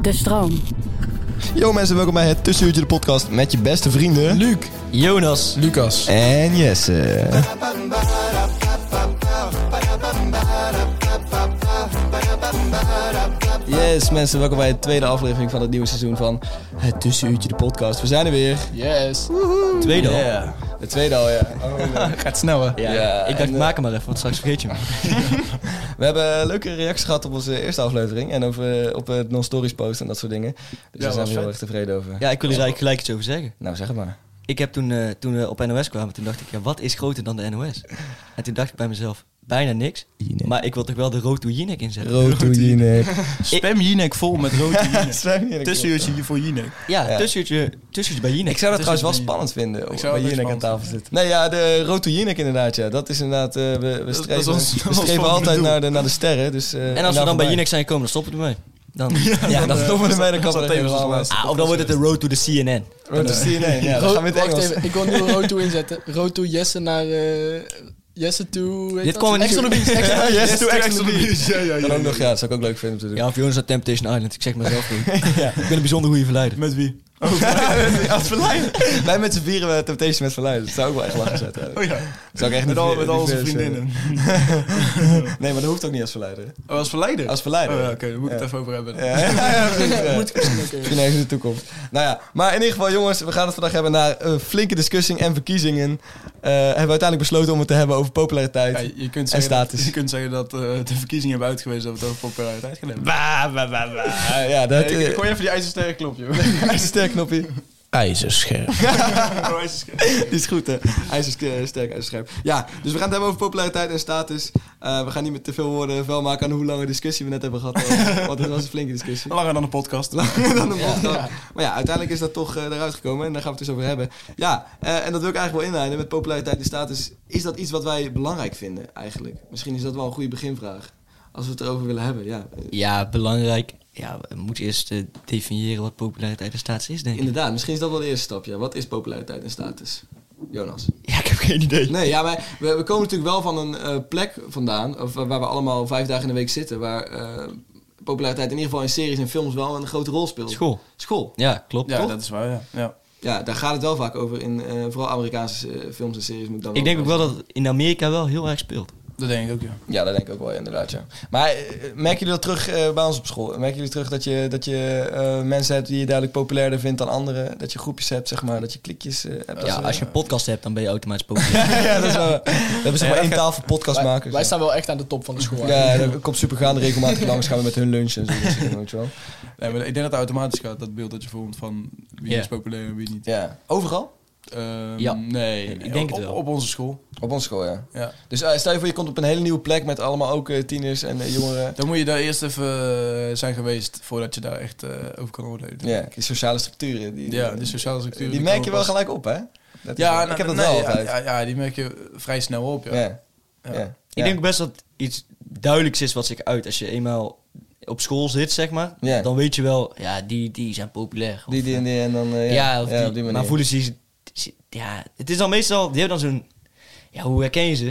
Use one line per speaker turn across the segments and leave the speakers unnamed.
De stroom.
Yo mensen, welkom bij het Tussenuurtje de podcast met je beste vrienden...
Luc,
Jonas
Lucas.
En Jesse. Yes mensen, welkom bij de tweede aflevering van het nieuwe seizoen van het Tussenuurtje de podcast. We zijn er weer.
Yes.
Tweede al.
Ja.
De tweede al, ja. Oh, leuk.
Gaat snel hè?
Ja.
Ja,
ik
en,
dacht,
eh,
maak hem maar even, want straks vergeet je hem.
We hebben leuke reacties gehad op onze eerste aflevering en over, eh, op het non-stories post en dat soort dingen. Dus daar
was
zijn we heel
vet.
erg tevreden over.
Ja, ik wil er eigenlijk gelijk iets over zeggen.
Nou, zeg het maar.
Ik heb toen, eh, toen we op NOS kwamen, toen dacht ik, ja, wat is groter dan de NOS? En toen dacht ik bij mezelf, bijna niks.
Jinek.
Maar ik wil toch wel de Road to Jinek inzetten.
Rotojinek.
Spam Jinek vol met rode Jinek.
Tussenuurtje.
Tussenuurtje hier voor Jinek.
Ja,
Ja.
Tussenuurtje, tussenuurtje bij Jinek.
Ik zou dat
Het is
trouwens wel
een-
spannend vinden. Om
Ik zou
bij
het
Jinek aan
ook
tafel zit. Nee, ja, de Roto Jinek inderdaad. Ja. Dat is inderdaad. eh, we, we
is
streven,
ons- dat is
we
ons
streven
volgende
altijd
doel.
naar de, naar de sterren. Dus, eh,
En als we
daar
dan bij
voorbij.
Jinek zijn gekomen, dan stoppen we ermee. Dan, ja,
Ja, dat
dan, eh,
stoppen we ermee. Dan
is
kan
dat
we er
tevens
helemaal
onze
uit.
laatste.
Ah, of dan wordt het de Road to the CNN.
Roto CNN.
Oh,
Ja, dan
Ro-
gaan we in het
wacht
Engels.
even, ik wil nu een Roto inzetten. Roto Jesse naar eh Jesse to...
Dit komen we niet
Ex on the
doen.
Beach. Ex on the
Ja,
Beach.
yes, to Ex on the Beach.
Ja, ja,
Dan
ja.
ook nog, ja, dat zou ik ook leuk vinden om te doen.
Ja, of Jonas aan Temptation Island. Ik zeg maar zelf niet. Ik ben een bijzonder goede verleider.
Met wie?
Als Verleiden. Wij met z'n vieren eh, Temptation met Verleiden. Dat zou ook wel echt lachen zijn. trouwens.
Oh ja.
Dat zou ik echt
Met
niet
al,
ver-
met al
niet
onze
ver-
vriendinnen.
Nee, maar dat hoeft ook niet als Verleider.
Oh, als verleider?
Als
Oh
Verleider.
ja, oké. daar moet ik het even over hebben.
Ja, ja, precies, ja.
Moet ik misschien ook eh, even.
Misschien ergens in de toekomst. Nou ja, maar in ieder geval jongens, we gaan het vandaag hebben naar eh, flinke discussie en verkiezingen. Eh, hebben we uiteindelijk besloten om het te hebben over populariteit.
Ja,
Ja,
je, kunt zeggen dat,
status.
je kunt zeggen dat eh, de verkiezingen hebben uitgewezen dat we het over populariteit gaan hebben.
ja dat...
Nee, ik-
eh,
Gooi even die ijzersterke klop, joh.
IJzersterk knoppie.
Oh, ijzersterk.
Die is eh, goed hè. IJzersterk, ijzerscherp. Ja, dus we gaan het hebben over populariteit en status. Eh, we gaan niet met te veel woorden vuil maken aan hoe lange discussie we net hebben gehad. eh, Want het was een flinke discussie.
Langer dan de podcast.
langer dan een podcast. Maar ja, uiteindelijk is dat toch eh, eruit gekomen en daar gaan we het dus over hebben. Ja, eh, en dat wil ik eigenlijk wel inleiden met populariteit en status. Is dat iets wat wij belangrijk vinden eigenlijk? Misschien is dat wel een goede beginvraag. Als we het erover willen hebben, ja. Eh,
Ja, belangrijk. Ja, we moeten eerst eh, definiëren wat populariteit en status is, denk ik.
Inderdaad, misschien is dat wel de eerste stap. Ja. Wat is populariteit en status? Jonas.
Ja, ik heb geen idee.
Nee, ja, maar we, we komen natuurlijk wel van een eh, plek vandaan, of, eh, waar we allemaal vijf dagen in de week zitten, waar eh, populariteit in ieder geval in series en films wel een grote rol speelt.
School.
School.
Ja, klopt.
Ja,
toch?
dat is waar, ja. ja.
Ja, daar gaat het wel vaak over in eh, vooral Amerikaanse eh, films en series. Moet ik, dan
Ik denk ook wel dat het in Amerika wel heel erg speelt.
Dat denk ik ook, ja.
Ja, dat denk ik ook wel, inderdaad. Ja. Maar eh, merken jullie dat terug eh, bij ons op school? Merken jullie terug dat je, dat je eh, mensen hebt die je duidelijk populairder vindt dan anderen? Dat je groepjes hebt, zeg maar, dat je klikjes eh, hebt?
Ja,
zo?
als je een podcast hebt, dan ben je automatisch populair.
ja, dat is wel. We hebben zeg maar één tafel
Wij,
podcastmakers.
wij
ja.
staan wel echt aan de top van de school. eigenlijk.
Ja, er komt super gaan regelmatig langs, gaan we met hun lunchen en zo. dat soort dingen, weet je wel.
Nee, maar ik denk dat het automatisch gaat, dat beeld dat je vormt van wie
Ja.
is populair en wie niet.
Ja. Overal?
Ehm,
Ja.
Nee,
Ik
nee,
denk het
op,
wel.
Op onze school.
Op onze school, ja.
Ja.
Dus eh, stel je voor, je komt op een hele nieuwe plek met allemaal ook eh, tieners en eh, jongeren.
Dan moet je daar eerst even eh, zijn geweest voordat je daar echt eh, over kan oordelen.
Ja, die sociale structuren. Die,
Ja, de sociale structuur.
Die merk je wel gelijk op, hè? Dat is-
Ja,
ik heb dat
nou,
wel
nee,
altijd.
Ja, ja, die merk je vrij snel op, ja.
Ja. Ja. Ja.
Ja.
Ik denk best dat iets duidelijks is wat zich uit. Als je eenmaal op school zit, zeg maar,
Ja.
dan weet je wel, ja, die, die zijn populair. Of-
Die, die en die en dan... eh,
ja,
ja,
of
ja,
die-
op die manier.
maar voelen ze zich- ze- Ja, het is dan meestal, die hebben dan zo'n... Ja, hoe herken je ze?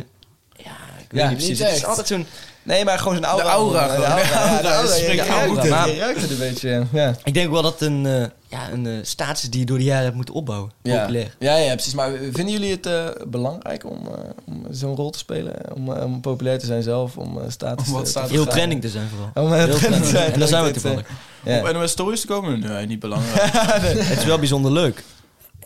Ja, ik weet
Ja,
niet precies.
niet
Het is
echt.
altijd zo'n...
Nee, maar gewoon zijn aura.
aura
gewoon.
gewoon.
Ja, De aura.
Ja,
ja,
dat
de aura.
spreekt
Je
je
ruikt
aura.
het,
Maar-
je ruikt het een beetje, ja.
Ik denk wel dat een... eh, ja, een eh, status die je door de jaren hebt moeten opbouwen.
Ja.
Populair.
Ja, ja, precies. Maar vinden jullie het eh, belangrijk om, eh, om zo'n rol te spelen? Om, eh, om populair te zijn zelf? Om eh, status
Om wat
te- te
status
Heel
vergaren?
trending te zijn vooral.
Om, eh,
Heel
trending te
trending.
zijn.
En daar zijn we
Dit, eh,
toevallig.
Ja.
Op NOS Stories te komen? Nee, niet belangrijk.
Het is wel bijzonder leuk.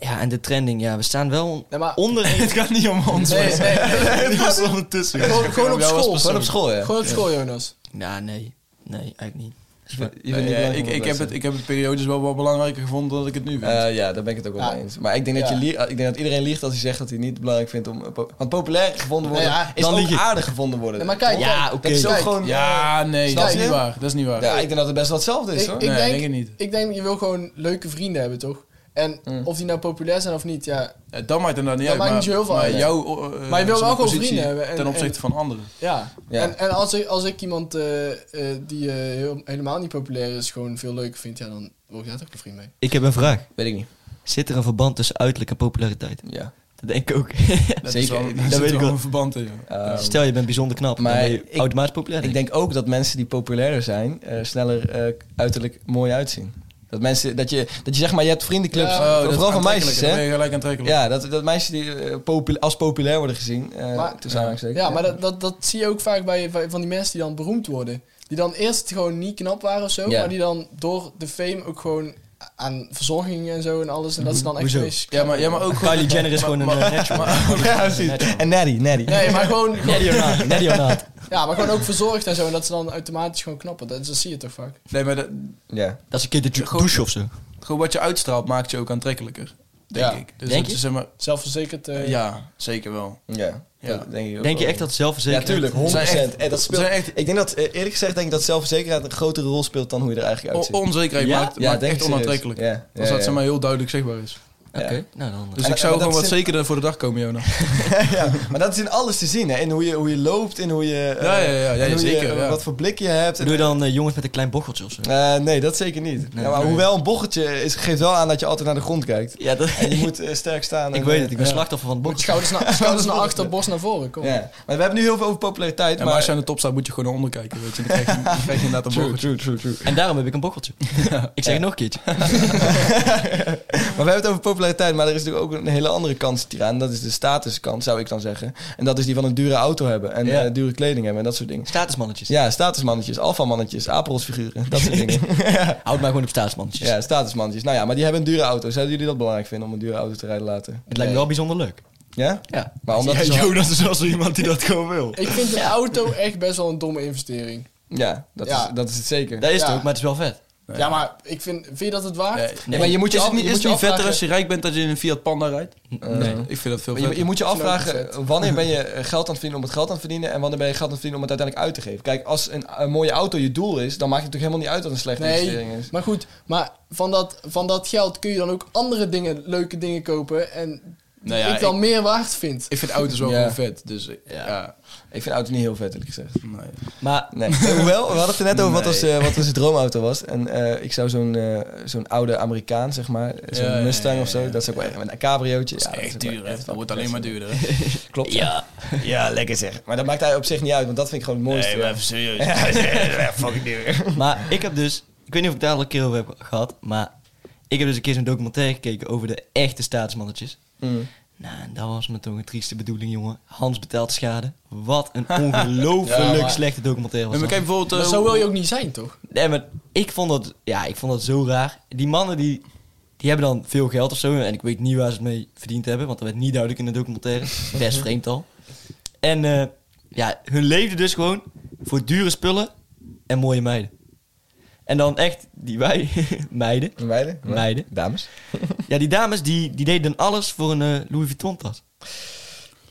Ja, en de trending, ja, we staan wel
Nee, maar
onder...
het gaat niet om ons.
Nee,
maar-
nee, nee.
het was ondertussen.
Gewoon, gewoon op
Jou als
school.
persoon. Gewoon op school, ja.
Gewoon op school, Jonas.
Ja, nee. Nee, eigenlijk niet.
Je
Nee,
vindt
ja,
het
ik, ik, heb het, ik heb het periodes wel wat belangrijker gevonden dan ik het nu vind.
Eh, ja, daar ben ik het ook wel
Ja.
mee eens. Maar ik denk, dat
Ja.
je lieg- ik denk dat iedereen liegt als hij zegt dat hij niet belangrijk vindt om... eh, po- Want populair gevonden worden
Nee, ja,
is
dan
ook
lieg je.
aardig gevonden worden.
Nee, maar kijk,
Ja,
kijk,
oké.
kijk,
Zo
kijk.
gewoon...
ja, nee,
Snap
dat is
je?
niet waar. Dat is niet waar.
Ja, ik denk dat het best wel hetzelfde is,
Ik,
hoor.
ik
Nee,
denk,
denk ik niet.
Ik denk, je wil gewoon leuke vrienden hebben, toch? En of die nou populair zijn of niet, ja.
Ja, dat maakt het dan
Dat
niet
maakt
uit. maar,
niet zo heel veel
maar
uit.
jouw, eh,
Maar je wil
zeg
wel gewoon
positie
vrienden hebben en-
ten opzichte
en-
van anderen.
ja.
Ja.
En, en als, ik, als ik iemand eh, eh, die eh, heel- helemaal niet populair is, gewoon veel leuker vind, ja, dan word ik daar toch een vriend mee.
Ik heb een vraag.
Weet ik niet.
Zit er een verband tussen uiterlijk en populariteit?
Ja.
Dat denk ik ook.
Dat
Zeker,
is wel,
dat
daar zit
weet ik
wel
wel.
een verband in. joh.
Ehm,
Stel, je bent bijzonder knap, maar
maar
ben je
ik-
automatisch populair.
ik denk ook dat mensen die populairder zijn, eh, sneller eh, uiterlijk mooi uitzien. Dat mensen, dat je, dat je zeg maar, je hebt vriendenclubs,
Ja.
eh,
Oh, dat is
vooral van meisjes,
aantrekkelijk. Dan
hè?
ben je gelijk aantrekkelijk.
Ja, dat, dat meisjes die eh, popul- als populair worden gezien, eh
Maar-
tussen aanhalingstekens.
Ja, maar dat, dat, dat zie je ook vaak bij bij- van die mensen die dan beroemd worden. Die dan eerst gewoon niet knap waren of zo,
Ja.
maar die dan door de fame ook gewoon aan verzorging en zo en alles. En dat is dan echt
Hoezo?
ineens-
Ja, maar, ja, maar ook gewoon-
Kylie Jenner is gewoon een eh, natural.
Ja, precies. En Natty, Natty.
Nee, maar gewoon,
Natty or not, natty or not.
ja, maar gewoon ook verzorgd en zo. En dat ze dan automatisch gewoon knappen. Dat, dat zie je toch vaak.
Nee, maar dat,
Ja.
Dat is een keer de
Gewoon-
douche of zo.
gewoon wat je uitstraalt maakt je ook aantrekkelijker. Denk
Ja.
ik. Dus
Denk
dat
je?
Zeg maar,
Zelfverzekerd. eh,
ja, zeker wel.
Ja.
Ja.
Dat denk ik ook
Denk je
wel.
echt dat zelfverzekerd?
Ja, tuurlijk, 100%. Eh, dat speelt,
zijn echt-
ik denk dat, eh, eerlijk gezegd, denk ik dat zelfverzekerdheid een grotere rol speelt dan hoe je er eigenlijk
O-
uitziet.
onzekerheid
Ja?
maakt,
Ja,
maakt
denk
echt
ik serieus.
onaantrekkelijk.
Ja, ja,
Als dat
ja.
zeg maar heel duidelijk zichtbaar is.
Oké,
Ja.
nou dan.
Dus
En-
ik zou
en dat
gewoon wat
is-
zekerder voor de dag komen, Jona.
ja, maar dat is in alles te zien, hè? In hoe je, hoe je loopt, in hoe je... eh,
Ja, ja, ja, ja,
en hoe je,
zeker,
eh,
ja.
Wat voor blik je hebt.
Doe je dan eh, jongens met een klein bocheltje of zo?
Eh, nee, dat zeker niet. ja, maar
nee.
hoewel een bochtje is, geeft wel aan dat je altijd naar de grond kijkt.
Ja, dat,
En je moet eh, sterk staan.
ik
en,
weet
eh,
het, ik ben
ja.
slachtoffer van het
Moet
bocheltje.
schouders naar, schouders naar achter, borst naar voren. Kom.
Ja. Maar we hebben nu heel veel over populariteit.
Ja, maar
maar
als je aan de top staat, moet je gewoon naar onder kijken, weet je. Dan krijg je, dan krijg je inderdaad een bocht.
true, true, true.
En daarom heb ik een bocheltje. Ik zeg het nog een keertje.
Maar we hebben het over populariteit, maar er is natuurlijk ook een hele andere kant aan. Dat is de statuskant, zou ik dan zeggen. En dat is die van een dure auto hebben en
Ja.
eh, dure kleding hebben en dat soort dingen.
Statusmannetjes.
Ja, statusmannetjes, alfamannetjes, aperolsfiguren, dat soort dingen.
Houd mij gewoon op statusmannetjes.
ja, statusmannetjes. Nou ja, maar die hebben een dure auto. Zouden jullie dat belangrijk vinden om een dure auto te rijden later?
Het lijkt me wel bijzonder leuk.
Ja?
Ja.
Maar omdat het zo-
Jonas is wel zo iemand die dat gewoon wil.
Ik vind een auto echt best wel een domme investering.
Ja, dat,
Ja.
Is, dat is het zeker.
Dat is
Ja.
het ook, maar het is wel vet.
Ja, maar ik vind, vind je dat het waard?
Nee,
Nee,
maar je moet je,
is
af,
het niet,
je
is
moet
het
je
niet
afvragen,
vetter als je rijk bent dat je in een Fiat Panda rijdt? Eh,
Nee.
Ik vind dat veel
je,
vetter.
je moet je
Slow
afvragen,
procent.
wanneer ben je eh, geld aan het verdienen om het geld aan het verdienen... en wanneer ben je geld aan het verdienen om het uiteindelijk uit te geven? Kijk, als een, een mooie auto je doel is, dan maakt het toch helemaal niet uit dat het een slechte investering
Nee,
is.
maar goed, maar van dat, van dat geld kun je dan ook andere dingen, leuke dingen kopen en die
Nou ja,
ik dan
ik-
meer waard vind.
Ik vind auto's wel
Ja.
gewoon vet, dus eh, ja.
Ik vind auto's niet heel vet, eerlijk gezegd.
Nee.
Maar
Nee. Eh, Hoewel, we hadden het er net over wat,
Nee.
ons, eh, wat onze droomauto was. En eh, ik zou zo'n eh, zo'n oude Amerikaan, zeg maar, zo'n
Ja, ja,
Mustang
ja,
of zo,
ja.
dat is ook wel echt met een cabriootje. Ja,
Dat is echt
ook wel
duur, hè. Dat wordt
fucking
alleen maar
vet.
duurder, hè.
Klopt. Ja.
ja,
lekker zeg. Maar dat maakt hij op zich niet uit, want dat vind ik gewoon het mooiste.
Nee, maar even serieus.
maar ik heb dus, ik weet niet of ik daar al een keer over heb gehad, maar ik heb dus een keer zo'n documentaire gekeken over de echte statusmannetjes.
Mm.
Nou, en dat was me toch een trieste bedoeling, jongen. Hans betaalt schade. Wat een ongelooflijk
Ja, maar-
slechte documentaire was
En maar
dat.
kijk bijvoorbeeld... eh,
Maar zo wil je ook niet zijn, toch?
Nee, maar ik vond dat, ja, ik vond dat zo raar. Die mannen die, die hebben dan veel geld of zo. En ik weet niet waar ze het mee verdiend hebben, want dat werd niet duidelijk in de documentaire. Best vreemd al. En eh, ja, hun leefden dus gewoon voor dure spullen en mooie meiden. En dan echt, die wij, meiden,
Meiden?
Meiden.
Dames?
ja, die dames, die, die deden dan alles voor een eh, Louis Vuitton tas.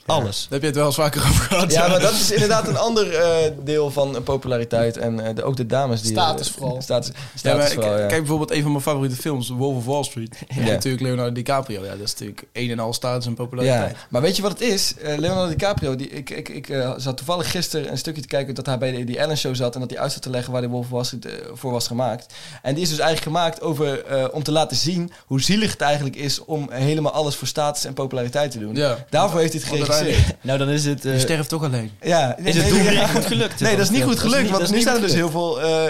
Alles.
Daar heb je het wel eens vaker over gehad.
Ja, maar dat is inderdaad een ander eh, deel van eh, populariteit. En eh, de- ook de dames die...
Status
eh,
vooral.
Status,
Ja, maar
status
k-
vooral, ja.
Kijk bijvoorbeeld een van mijn favoriete films, Wolf of Wall Street. Ja.
Ja.
Natuurlijk Leonardo DiCaprio. Ja, dat is natuurlijk een en al status en
Ja,
populariteit.
maar weet je wat het is? Eh, Leonardo DiCaprio, die, ik, ik, ik eh, zat toevallig gisteren een stukje te kijken dat hij bij de, die Ellen Show zat en dat hij uit zat te leggen waar de Wolf was, eh, voor was gemaakt. En die is dus eigenlijk gemaakt over, eh, om te laten zien hoe zielig het eigenlijk is om helemaal alles voor status en populariteit te doen.
Ja.
Daarvoor heeft hij het
Want
geregisseerd.
Nou, dan is het... eh,
Je sterft toch alleen.
Ja, nee,
is het
nee,
doel
ja.
niet goed gelukt?
Nee, dat is niet goed gelukt, want
niet- dat is
nu
niet
staan er
goed
dus heel veel eh,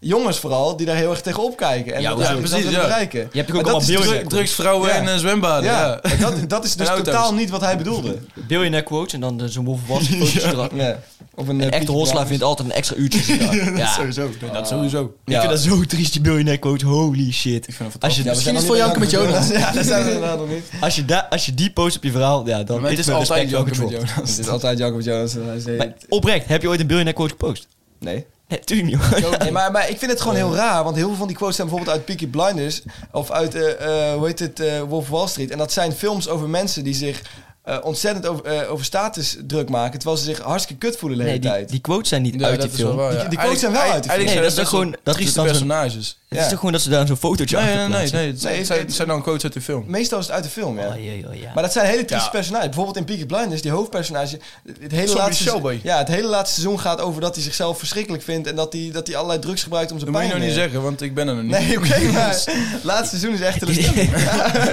jongens vooral die daar heel erg tegen opkijken. En
Ja,
dat,
hoe-
ja,
ja,
precies,
precies,
ja.
bereiken.
Je hebt
Maar
natuurlijk ook
dat is
allemaal
druk-
biljonair,
Druk- drugs, vrouwen
Ja.
en eh, zwembaden.
Ja,
Ja.
en dat, dat is dus
auto's.
totaal niet wat hij bedoelde.
biljonair quotes en dan eh, zo'n wolvenwassen fotootje eraf.
Ja. Of een, eh,
Een echte
Pietje
Holslaar
Blauw.
vindt altijd een extra uurtje cigaar. ja,
Sowieso.
Dat sowieso.
Ik vind dat zo triest, die biljonair quote. Holy shit.
Ik vind het
Als
fantastisch.
je,
Ja, we
Misschien
zijn
is
nog
het
niet
voor
bij
Janke met
Ja, daar zijn we inderdaad nog niet.
als, je da- als je die post op je verhaal, ja, dan
Maar het
dit is
is
mijn
altijd
respect wel
janken met
getroffen.
Jonas.
Het is altijd Jacob Jonas. en hij is de hele-
Maar oprecht, heb je ooit een biljonair quote gepost?
Nee.
Nee, tuurlijk niet. hoor.
Nee, maar, maar ik vind het gewoon heel raar, want heel veel van die quotes zijn bijvoorbeeld uit Peaky Blinders of uit, eh, eh, hoe heet het, eh, Wolf of Wall Street. En dat zijn films over mensen die zich eh, ontzettend over, eh, over status druk maken, terwijl ze zich hartstikke kut voelen de hele
Nee, die,
tijd.
die quotes zijn niet uit die film.
Die- die quotes zijn wel uit die
film. Nee, dat is toch gewoon- dat is
trieste
dan zo'n-
personages.
Het
Ja.
is toch gewoon dat ze daar zo'n fotootje
Nee,
achter
nee, nee.
plaatsen?
nee, het zijn-
Nee,
het zijn-
het-
het zijn dan quotes uit de film.
Meestal is het uit de film, ja.
Oh, jee, joh, ja.
Maar dat zijn hele trieste
Ja.
personages. Bijvoorbeeld in Peaky Blinders, die hoofdpersonage, het hele,
Zombie
laatste,
Shelby.
ja, het hele laatste seizoen gaat over dat hij zichzelf verschrikkelijk vindt en dat hij, dat hij allerlei drugs gebruikt om
Dat
zijn
moet je
pijn
nou
neer-
niet zeggen, want ik ben er nog niet.
Nee, oké, maar laatste seizoen is echt een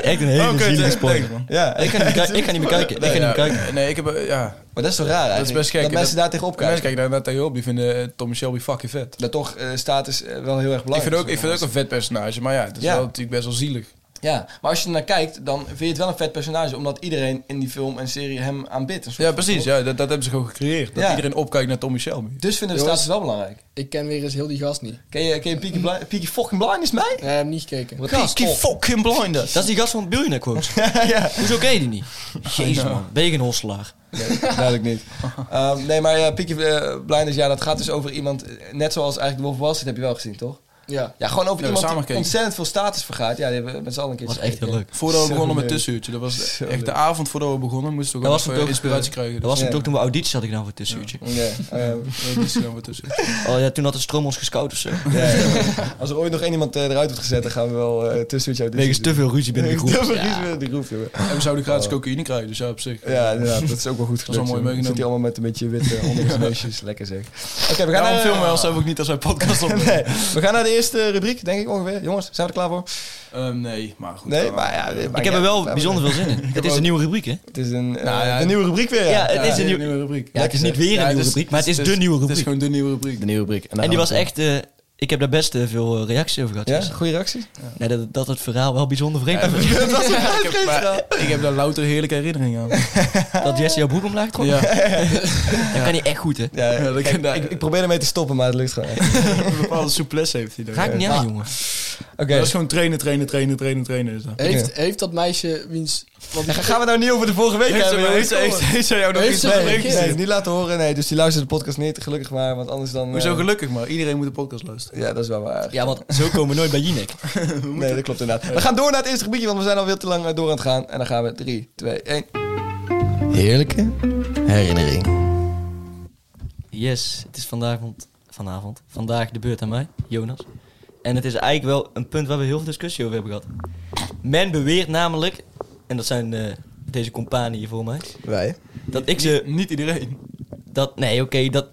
Echt een hele
Oh, kut,
zielige
nee,
spoiler.
nee, man.
Ja,
Ik kan niet bekijken. Ik kan niet bekijken. Ik kan niet
Nee, ja,
bekijken.
Nee, ik heb... eh, Ja,
Maar dat is toch raar eigenlijk?
best gek.
Dat mensen
Dat-
daar tegenop
mensen
kijken.
kijken daar net tegenop. Die vinden eh, Tom Shelby fucking vet.
Dat toch eh, status eh, wel heel erg
Ik vind,
belangrijk
ook, ik vind ook een vet personage, maar ja, het is
Ja.
wel natuurlijk best wel zielig.
Ja, maar als je ernaar kijkt, dan vind je het wel een vet personage. Omdat iedereen in die film en serie hem aanbidt. een soort
Ja,
van.
precies. Ja, dat, dat hebben ze gewoon gecreëerd. Dat
Ja.
iedereen opkijkt naar Tommy Shelby.
Dus vinden we
Jongens.
status wel belangrijk.
Ik ken weer eens heel die gast niet.
Ken je, ken je Peaky, Bli- Peaky fucking Blinders mij?
Nee, heb hem niet gekeken.
Wat
Peaky fucking blinders.
Dat is die gast van het biljonair quote.
ja,
Hoezo ken je die niet? Jezus man, ben je een hosselaar?
duidelijk niet. Ehm, nee, maar ja, Peaky eh, Blinders, ja, dat gaat dus over iemand... eh, Net zoals eigenlijk de Wolf of Wall Street heb je wel gezien, toch?
Ja.
Ja, gewoon over
Ja, we
iemand
samen
die
gekeken.
ontzettend veel status vergaat. Ja, die hebben we met z'n allen een keer
Dat was echt heel leuk.
Voordat we
Zo
begonnen met
leuk.
tussenuurtje. Dat was
Zo
echt de
leuk.
avond voordat we begonnen. Moesten we
Dat
ook
was
even
natuurlijk,
inspiratie
eh,
krijgen.
Dat
Dus
was
Ja.
natuurlijk ook toen we auditie had ik dan voor het tussenuurtje.
Ja, ehm,
dat is dan weer tussen.
Oh ja, toen had de strom ons gescout of zo.
ja, ja. Als er ooit nog één iemand eh, eruit wordt gezet, dan gaan we wel eh tussen jou
Wegens te veel ruzie binnen de groep.
Te veel
Ja.
ruzie binnen de groep, jongen.
En we zouden gratis cocaïne krijgen, dus ja, op zich.
Oh. Ja, inderdaad, dat is ook wel goed gelukt.
is wel mooi
joh.
meegenomen.
Zit hij allemaal met een beetje witte onderwezensneusjes. Lekker zeg. Oké, we gaan
Daarom
naar...
filmen we onszelf ook niet als wij podcast opnemen.
Nee, we gaan naar de eerste rubriek, denk ik ongeveer. Jongens, zijn we er klaar voor?
Ehm, nee, maar goed.
Nee,
dan-
maar ja...
Ik heb er wel bijzonder veel zin in. Het is een nieuwe rubriek, hè?
Het is een, eh,
Nou ja,
een nieuwe rubriek weer, ja.
Ja, het is een
de
nieuwe...
nieuwe rubriek.
Ja, het is niet
Ja,
weer een
het
nieuwe
is-
rubriek, maar het is
het
de
is- dus-
nieuwe
Het is
rubriek.
gewoon de nieuwe rubriek.
De nieuwe rubriek.
En die was echt... eh, Ik heb daar best eh, veel eh, reacties over gehad.
Ja,
gisteren.
goede reactie?
Nee, dat, dat het verhaal wel bijzonder vreemd
Ja,
was.
Ik heb, maar- ik heb daar louter heerlijke herinneringen aan.
Dat Jesse jouw broek omlaag trok.
Ja.
Dat kan niet echt goed, hè?
Ja,
Ja, eh, dat
kijk,
kan-
ik, ik probeer ermee te stoppen, maar het lukt gewoon echt.
een bepaalde souplesse heeft hij daar.
Ga ik niet aan, jongen.
Oké,
Dat is gewoon trainen, trainen, trainen, trainen, trainen. Is dat.
Heeft, heeft dat meisje wiens... Want die-
gaan we nou niet over de vorige week hebben, jongens?
zij jou nog
Heeft
iets
ze-
gezegd?
Nee,
gereageerd?
nee, niet laten horen. Nee, dus die luistert de podcast niet, gelukkig maar, want anders dan... eh,
Hoezo gelukkig maar? Iedereen moet de podcast luisteren.
Ja, dat is wel waar.
Ja, want zo komen we nooit bij Jinek.
Nee, dat klopt inderdaad. We gaan door naar het eerste gebiedje, want we zijn al veel te lang eh, door aan het gaan. En dan gaan we 3, 2, 1. Heerlijke herinnering.
Yes, het is vanavond, vanavond, vandaag de beurt aan mij, Jonas. En het is eigenlijk wel een punt waar we heel veel discussie over hebben gehad. Men beweert namelijk, en dat zijn eh, deze compagnie hier voor mij,
Wij.
dat ik ze,
Niet iedereen.
dat, nee oké, dat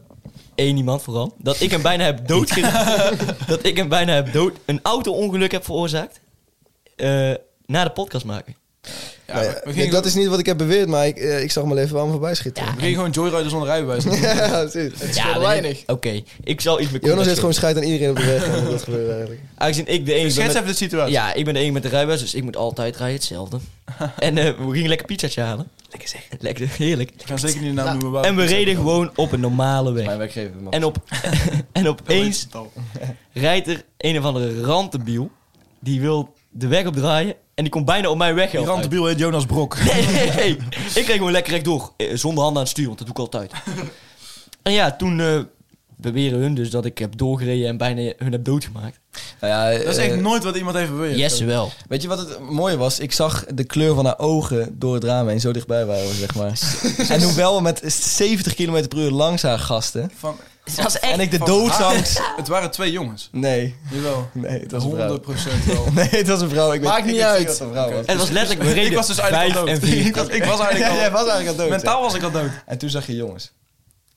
één iemand vooral, dat ik hem bijna heb doodgereden, dat ik hem bijna heb dood, een auto-ongeluk heb veroorzaakt, eh, na de podcast maken.
Ja, we- we,
Nee,
gingen,
Nou dat is niet wat ik heb beweerd, maar ik, eh, ik zag mijn leven wel voorbij schieten.
we gingen gewoon joyriden zonder rijbewijs.
Ja, precies.
Het scheelde weinig.
Oké, ik zal iets meer
Jonas heeft
context geven.
gewoon scheid aan iedereen op de weg. en dat gebeurt eigenlijk.
Aangezien ik de enige ben
Schets
met-
even de situatie.
Ja, ik ben de enige met de rijbewijs, dus ik moet altijd rijden, hetzelfde. en eh, we gingen lekker pizzaatje halen. Lekker zeg. Lekker, heerlijk.
Ik ga zeker niet de naam noemen. waar
En we
het is.
reden gewoon op een normale
Mijn
weg.
werkgever Oh, mag.
En, op, en
Dat weet
opeens
het al.
rijdt er een of andere rantebiel. Die wil de weg opdraaien en die komt bijna op mijn weg.
Die rantebiel heet Jonas Brok.
Nee, nee, nee. Ik kreeg gewoon lekker rechtdoor. Eh, Zonder handen aan het stuur, want dat doe ik altijd. En ja, toen eh, beweren hun dus dat ik heb doorgereden en bijna hun heb doodgemaakt.
Nou ja,
Dat is
eh,
echt nooit wat iemand heeft beweerd.
Yes, wel.
Weet je wat het mooie was? Ik zag de kleur van haar ogen door het raam heen. Zo dichtbij waren we, zeg maar. en hoewel we met 70 km per uur langs haar gasten.
Van,
Dat is echt...
En ik de
Van
doodsangst...
het waren twee jongens.
Nee,
Jawel.
nee, het was een vrouw.
100% wel.
Nee, het was een vrouw. Ik weet-
Maakt
ik
niet
weet
uit.
zeker dat het een vrouw was.
Het was letterlijk, we reden
Ik was dus eigenlijk al
vijf
dood.
en vier.
Ik was, ik was eigenlijk
Ja,
al
jij was eigenlijk al dood.
Mentaal was ik al dood.
ja. En toen zag je jongens.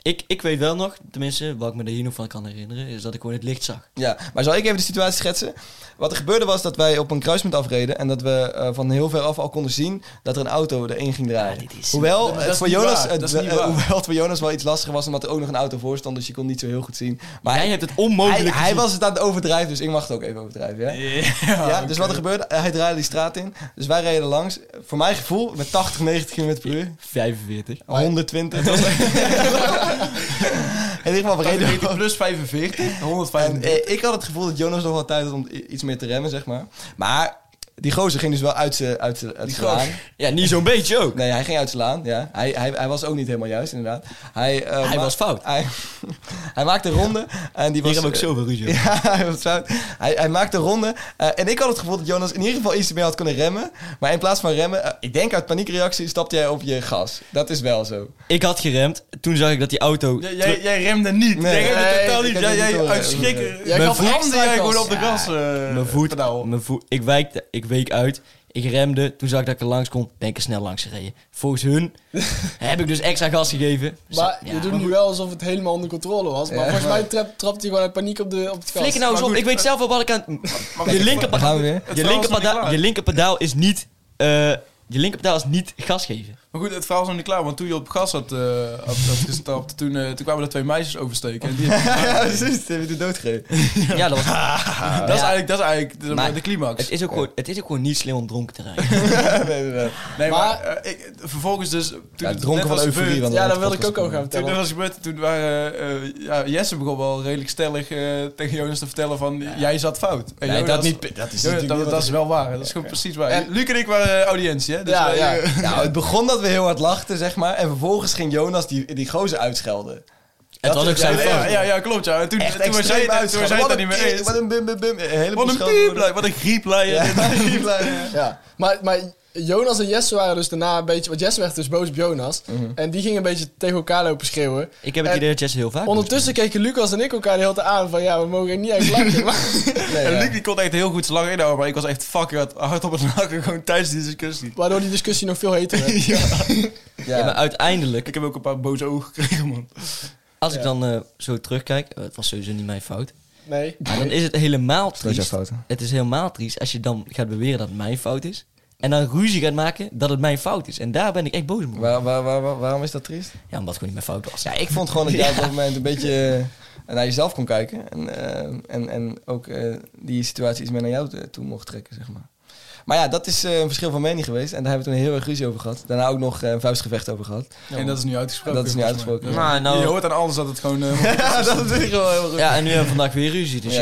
ik, ik weet wel nog, tenminste, wat ik me er hier nog van kan herinneren, is dat ik gewoon het licht zag.
Ja, maar zal ik even de situatie schetsen? Wat er gebeurde was dat wij op een kruispunt afreden en dat we eh, van heel ver af al konden zien dat er een auto erin ging draaien.
dit is-
hoewel,
Dat- dat
het
is
voor
niet
Jonas,
waar,
het-
dat is niet
eh,
waar.
hoewel het voor Jonas wel iets lastiger was omdat er ook nog een auto voor stond, dus je kon niet zo heel goed zien. Maar
Jij hebt het
hij,
onmogelijk
hij
gezien.
was het aan het overdrijven, dus ik mag het ook even overdrijven. Ja? Ja, dus wat er gebeurde, eh, hij draaide die straat in, dus wij reden langs. Voor mijn gevoel met 80, 90 km per uur.
45.
120. Het was- In ieder geval, we reden
plus 45.
en
150.
eh, ik had het gevoel dat Jonas nog wel tijd had om i- iets meer te remmen, zeg maar. Maar die gozer ging dus wel uit zijn uit z'n- uit z'n laan.
Ja, niet zo'n beetje ook.
Nee, hij ging uit zijn laan, ja. Hij, hij, hij was ook niet helemaal juist, inderdaad. Hij, eh,
Hij
ma-
was fout.
Hij, hij maakte ronde en die was... eh,
Hier heb ik zoveel ruzie over.
Ja, hij was fout. Hij, hij maakte ronde eh, en ik had het gevoel dat Jonas in ieder geval iets meer had kunnen remmen. Maar in plaats van remmen, eh, ik denk uit paniekreactie, stapte jij op je gas. Dat is wel zo.
Ik had geremd, toen zag ik dat die auto...
Jij,
terug-
jij, jij remde niet.
Nee.
jij remde
Nee,
totaal
ik
niet.
heb
Jij,
het niet
jij
door,
uit
eh,
schrik
eh,
jij
Mijn
gaf
voet-
ramde jij gewoon op de
Ja,
gas. eh,
mijn voet,
pedaal.
mijn voet, ik, wijkte, ik week uit, ik remde, toen zag ik dat ik er langs kon, ben ik er snel langs gereden. Volgens hun heb ik dus extra gas gegeven. Zo-
Maar
ja.
je doet nu wel alsof het helemaal onder controle was. Maar volgens mij trap, trapt hij gewoon uit paniek op, de, op het gas.
Flikker nou eens op, ik weet zelf wel wat ik aan... Je
Dan
linkerpedaal
gaan we weer.
je
verhaal is nog niet
linkerpedaal-
klaar.
je linkerpedaal is niet... eh, Je linkerpedaal is niet gas geven.
Maar goed, het verhaal is nog niet klaar, want toen je op gas had, eh, had, had gestapt, toen, eh, toen kwamen er twee meisjes oversteken. En die,
Ja, precies. Ze hebben je doodgereden.
Ja, dat was...
dat, is eigenlijk, dat is eigenlijk de,
Maar-
de climax.
Het is, ook gewoon, het is ook gewoon niet slim om dronken te rijden.
Nee, nee, nee.
nee, maar,
maar-
eh, ik, vervolgens dus... Toen
Ja,
het
dronken
net
van
was
euforie.
gebeurd-
want
Ja,
had
dat
ik
wil
de
ik ook
podcast
over gaan
Toen
vertellen.
dat was gebeurd, toen waren... eh, ja, Jesse begon wel redelijk stellig eh, tegen Jonas te vertellen van... Jij zat fout. En
Nee,
Jonas-
dat niet- dat is
Jonas,
natuurlijk
dat,
niet
dat
wat
is
er-
wel waar. Dat is gewoon precies waar.
En-
Luc en ik waren eh, audiëntie, hè? Dus
Ja,
wij,
ja.
eh,
Nou, het begon dat we heel hard lachten, zeg maar. En vervolgens ging Jonas die, die gozer uitschelden.
Het was
is-
ook zijn
ja,
fout.
ja, ja, ja, klopt. Ja. En Toen,
Echt
toen was jij
extreem
het toen was
uitschelden.
jij het
Wat
er
een
niet mee
keer-
eens.
Wat een bim, bim, bim. Een heleboel
Wat een
schelden.
pieplei, wat een grieplei.
Ja,
En-
pieplei.
Ja. Maar, maar Jonas en Jesse waren dus daarna een beetje... Want Jesse werd dus boos op Jonas. En die gingen een beetje tegen elkaar lopen schreeuwen.
Ik heb het
En
idee dat Jesse heel vaak...
Ondertussen keken Lucas en ik elkaar de hele tijd aan van... Ja, we mogen niet echt lachen. maar-
Nee,
En
ja.
Luc die kon echt heel goed zijn lang inhouden, maar ik was echt fucking hard, hard op het lachen gewoon tijdens die discussie.
waardoor die discussie nog veel heter werd.
Ja, maar uiteindelijk,
Ik heb ook een paar boze ogen gekregen, man.
als ik dan eh, zo terugkijk... eh, het was sowieso niet mijn fout.
Nee.
Maar dan is het helemaal
is jouw
triest.
fout, hè?
Het is helemaal triest als je dan gaat beweren dat het mijn fout is. En dan ruzie gaat maken dat het mijn fout is. En daar ben ik echt boos om. Ja,
Waar, waar, waar, waar- waarom is dat triest?
omdat het gewoon niet mijn fout was.
Ja, ik vond gewoon dat jij op dat moment een beetje eh, naar jezelf kon kijken. En, eh, en, en ook eh, die situatie iets meer naar jou te- toe mocht trekken, zeg maar. Maar ja, dat is eh, een verschil van mening geweest. En daar hebben we toen heel erg ruzie over gehad. Daarna ook nog eh, een vuistgevecht over gehad.
en dat is nu uitgesproken.
Dat is nu
volgens mij.
uitgesproken,
Ja.
Maar nou-
Je hoort aan alles dat het gewoon... eh,
Ja, dat is natuurlijk wel heel erg.
Ja, en nu hebben we vandaag weer ruzie. Dus ja,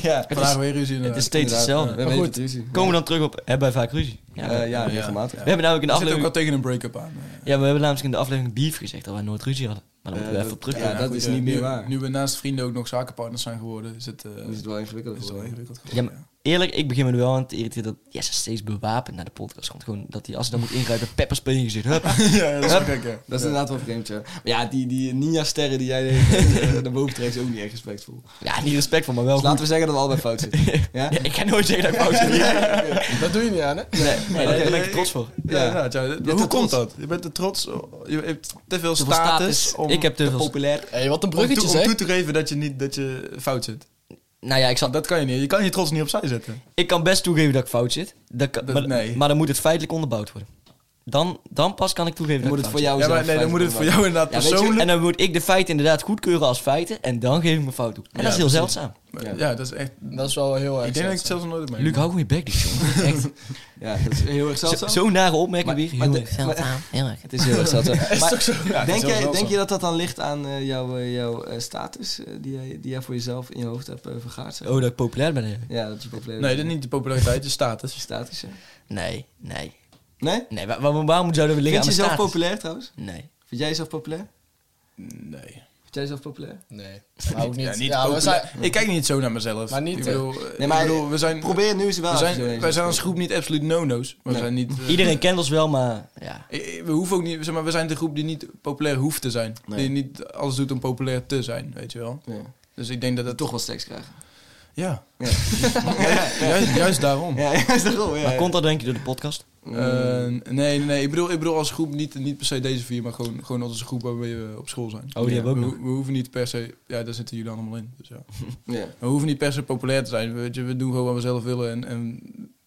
ja.
vandaag weer eh. ruzie.
is
inderdaad.
steeds hetzelfde.
We
We
hebben
goed.
even ruzie.
Komen we dan terug op, hebben wij vaak ruzie? Ja,
Ja,
we,
eh, ja,
ja.
regelmatig.
we hebben namelijk in de
We zitten ook
aflevering...
al tegen een break-up aan. eh.
Ja, we hebben namelijk in de aflevering Beef gezegd dat wij nooit ruzie hadden. Maar dan moeten we
Eh,
even op
dat-
terugkomen.
ja,
Ja,
dat- is
eh,
niet meer
nu-
waar.
Nu we naast vrienden ook nog zakenpartners zijn geworden, is het... eh,
Dat is het wel ingewikkeld.
is het wel ingewikkeld.
maar eerlijk, ik begin me er wel aan te irriteren dat Jesse steeds bewapend naar de podcast komt. Gewoon dat hij als hij dan moet ingrijpen, pepperspray in je gezicht. Hup.
Ja, dat is wel gek, ja.
Dat is inderdaad wel vreemd, ja. Maar ja, die, die Ninja-sterren die jij de hele tijd, eh, naar boven trekt, is ook niet echt respectvol.
Ja, niet respectvol, maar wel
Dus
goed.
laten we zeggen dat we allebei fout zitten. Ja?
Ja, ik ga nooit zeggen dat ik fout zit. Ja,
Dat doe je niet aan, hè?
daar ben ik trots voor.
Ja, inderdaad, ja.
bent
Hoe
er
komt
trots.
dat? Je bent er trots op. Je hebt te veel
Te veel
status om
ik heb te veel...
Populair.
Hé, wat een
om
bruggetje,
toe, om
zeg.
toe te geven dat je, niet, dat je fout zit.
Nou ja, ik, zal,
Dat kan je niet. Je kan je trots niet opzij zetten.
ik kan best toegeven dat ik fout zit. Dat kan,
Dat-
maar,
nee.
maar dan moet het feitelijk onderbouwd worden. Dan, dan pas kan ik toegeven
Moet
dat
het
ik
voor
fout
jou
Ja, maar
zelf
nee, dan
fout
moet het
worden.
voor jou inderdaad
zit. Ja, weet je,
persoonlijk.
en dan moet ik de feiten inderdaad goedkeuren als feiten. En dan geef ik mijn fout toe. En
Ja,
dat is heel
precies.
zeldzaam.
Ja. dat is echt.
Dat is wel heel erg
Ik denk dat
zeldzaam.
ik het zelfs nog nooit heb meegemaakt.
Luc, hou gewoon je bek dicht, jongen. Echt.
Ja, dat is heel erg
Zo-
zeldzaam.
Zo'n nare opmerking
Maar-
weer.
maar
Heel
de-
erg zeldzaam. Heel erg.
Het is heel erg zeldzaam. Maar
Ja, dat
denk,
is wel
jij,
zeldzaam.
denk je dat dat dan ligt aan eh, jouw, eh, jouw eh, status eh, die, jij, die jij voor jezelf in je hoofd hebt eh, vergaard? zeg?
Oh, dat ik populair ben. hè?
Ja, dat is populair.
Nee, dat is niet de populariteit, je
Je
status.
Status, hè?
Nee, nee.
Nee?
Nee, waar, waar- waarom zouden we liggen
Vind je
aan
jezelf
mijn status?
populair trouwens?
Nee.
Vind jij jezelf populair?
Nee.
Vind jij jezelf populair?
Eh,
Nee, maar ook niet. Ja,
Ja, niet
we
populair.
zijn,
Ik kijk niet zo naar mezelf.
Maar niet,
Ik bedoel,
Nee, maar-
nee, maar, bedoel we zijn.
Probeer nu eens wel
we
even zo
zijn,
ineens
wij zijn
te
als groep niet absoluut no-no's. maar We
Nee.
zijn niet. eh,
Iedereen kent ons wel, maar ja.
eh, We hoeven ook niet, zeg maar, we zijn de groep die niet populair hoeft te zijn. Die niet alles doet om populair te zijn, weet je wel.
Ja.
Dus ik denk dat dat
Toch wel seks krijgen.
Ja, Ja,
Ja, ja, ja.
juist, juist daarom.
Ja, ja, is daarom. Ja,
Maar komt dat denk je door de podcast?
Eh, nee, nee, nee. Ik bedoel, ik bedoel als groep, niet, niet per se deze vier, maar gewoon, gewoon als een groep waarmee we eh, op school zijn.
Oh, die hebben we ook
we,
nog.
we hoeven niet per se... Ja, daar zitten jullie allemaal in. Dus ja.
ja.
We hoeven niet per se populair te zijn. Weet je, we doen gewoon wat we zelf willen en, en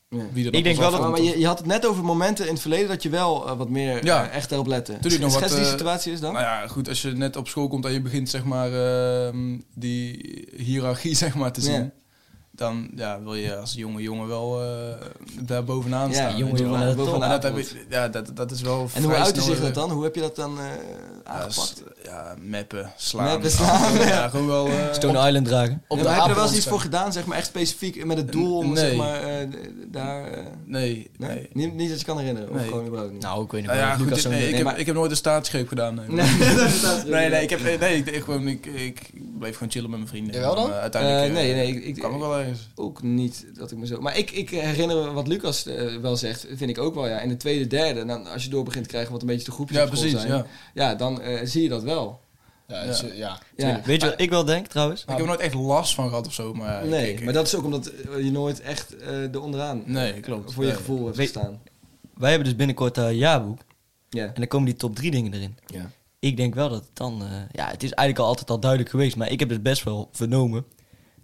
Ja.
wie er
Ik denk wel dat-
Maar, maar je, je had het net over momenten in het verleden dat je wel eh, wat meer
Ja.
eh, echt daarop lette.
Toen ik nog
Schets
wat,
die
eh,
situatie is dan?
Nou ja, goed, als je net op school komt en je begint zeg maar ehm, die hiërarchie zeg maar te zien,
Ja.
dan ja, wil je als jonge jongen wel eh, daar bovenaan
Ja,
staan.
jonge
weet je wel.
jongen,
Maar
dat
dat,
toch.
heb ik- ja, dat, dat is wel
En hoe uitte zich dat dan? Hoe heb je dat dan eh
Ja,
aangepakt?
s- eh, ja, meppen, slaan.
Meppen, slaan,
Ja, gewoon wel... eh,
Stone Island dragen.
Ja,
Op de
maar heb je er wel
apenrand
eens iets voor
staan.
gedaan, zeg maar echt specifiek met het doel om
Nee.
zeg maar eh, d- daar... eh,
nee,
nee?
nee.
Niet, niet dat je kan herinneren, of
Nee.
gewoon überhaupt niet?
Nou, ik weet niet
Nou ja,
meer.
goed,
Lucas
nee,
zo'n-
ik,
nee, maar-
heb, ik heb nooit een staatsgreep gedaan. Nee,
Nee, dat staat er
nee,
niet.
nee, ik, heb, nee ik, ik, gewoon, ik, ik bleef gewoon chillen met mijn vrienden.
Jawel dan?
En, eh, uiteindelijk
Eh,
eh,
nee, nee, ik- ik-
kwam ik wel ergens.
Ook niet dat ik me zo... Maar ik, ik herinner me wat Lucas eh, wel zegt, vind ik ook wel, ja. In de tweede, derde, dan, als je door begint te krijgen wat een beetje de groepjes
Ja,
op school
precies,
zijn...
ja.
ja, dan eh, zie je dat wel.
Ja, dus, eh, ja.
Ja.
Weet je wat ik wel denk trouwens?
Ik heb er nooit echt last van gehad of zo, maar... eh, ik-
Ah, Nee,
ik-
maar dat is ook omdat eh, je nooit echt eh er onderaan
Nee, klopt.
voor je
Nee.
gevoel hebt
Weet-
gestaan.
Wij hebben dus binnenkort dat jaarboek.
Ja.
En dan komen die top 3 dingen erin.
Ja.
Ik denk wel dat het dan... eh, ja, het is eigenlijk al altijd al duidelijk geweest. Maar ik heb dus best wel vernomen...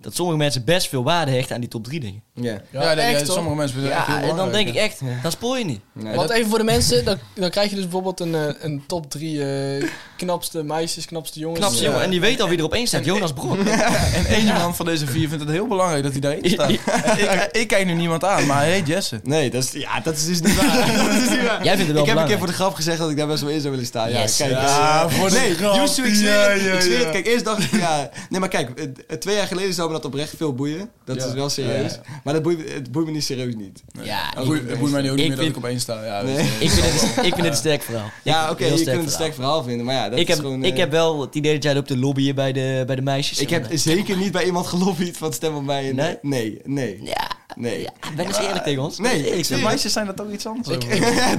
dat sommige mensen best veel waarde hechten aan die top 3 dingen.
Ja.
Ja, nee,
echt,
ja,
hoor.
sommige mensen vinden het echt
Ja,
heel
en dan
belangrijk,
denk ik echt... Dat spoor je niet.
Nee,
Want
dat-
even voor de mensen, dan, dan krijg je dus bijvoorbeeld een, eh, een top drie eh, knapste meisjes, knapste jongens.
Knapste
Ja.
jongen. En die weet al wie er op één staat. Jonas Brok.
hè. En één iemand van deze vier vindt het heel belangrijk dat hij daarin staat. ik, eh, ik kijk nu niemand aan, maar hij heet Jesse.
Nee, dat is, ja, dat is dus niet waar. dat is niet waar.
Jij
ik heb
vindt het wel
een keer
belangrijk.
voor de grap gezegd dat ik daar best wel in zou willen staan. Ja,
Yes.
kijk.
Ja,
eh,
voor de
nee,
Oh, grap.
Joestoe, ik zweer het.
Ja, ja,
ik zweer het.
ja.
Kijk, eerst dacht ik, ja... Nee, maar kijk, eh, eh, twee jaar geleden zou me dat oprecht veel boeien. Dat
Ja.
is wel serieus. Maar dat boeit, me- het boeit me niet serieus niet.
Ja,
Oh,
Het boeit- het boeit mij nu ook niet
Ik
meer dat ik
vind-
op één sta. Ja,
Nee.
dus, eh,
Ik vind, het, ik vind het een sterk verhaal. Ik vind
ja,
het
oké,
een heel
je
sterk
kunt het een sterk verhaal vinden. Maar ja, dat
ik,
is
heb,
gewoon...
ik
eh,
heb wel het idee dat jij loopt te lobbyen bij de, bij de meisjes.
ik
En,
heb
eh,
zeker niet bij iemand gelobbyd van stem op mij. en-
Nee?
Nee, nee,
Ja,
nee.
ja, ben eens eerlijk tegen ons.
Nee,
ik
de
serieus.
meisjes zijn dat ook iets anders. over.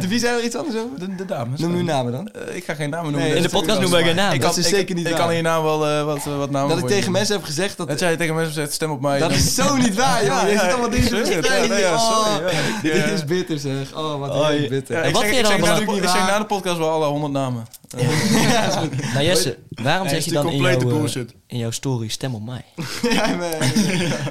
De Wie zei er iets anders over?
De, de dames.
Noem nu namen dan.
Eh, ik ga geen namen noemen.
Nee,
in de
dat is
podcast
ook
noemen wij geen
anders, maar
namen.
Ik
Dat
kan,
is
ik-
zeker niet
Ik
waar.
kan hierna wel eh, wat, eh, wat namen
Dat ik
voor
tegen
je noemen.
mensen heb gezegd dat...
Dat jij tegen mensen zegt, stem op mij.
Dat
dan-
is zo niet waar, joh. Je
ja,
zit allemaal
ik
dingen
zweer
te
het, ja,
vertellen.
nee, ja,
Oh,
sorry, ja, ik,
Dit
eh,
is bitter, zeg. Oh, wat
Oh,
heerlijk
je-
bitter.
Ja,
En
ik
wat
zeg-
vind je
ik
dan
zeg na de-
belangrijk?
Ik zeg na de podcast wel alle honderd namen.
Nou Jesse, waarom
Nee,
zeg je
het is
dan in
complete
jouw, eh,
bullshit.
in jouw story stem op mij?
Ja, maar-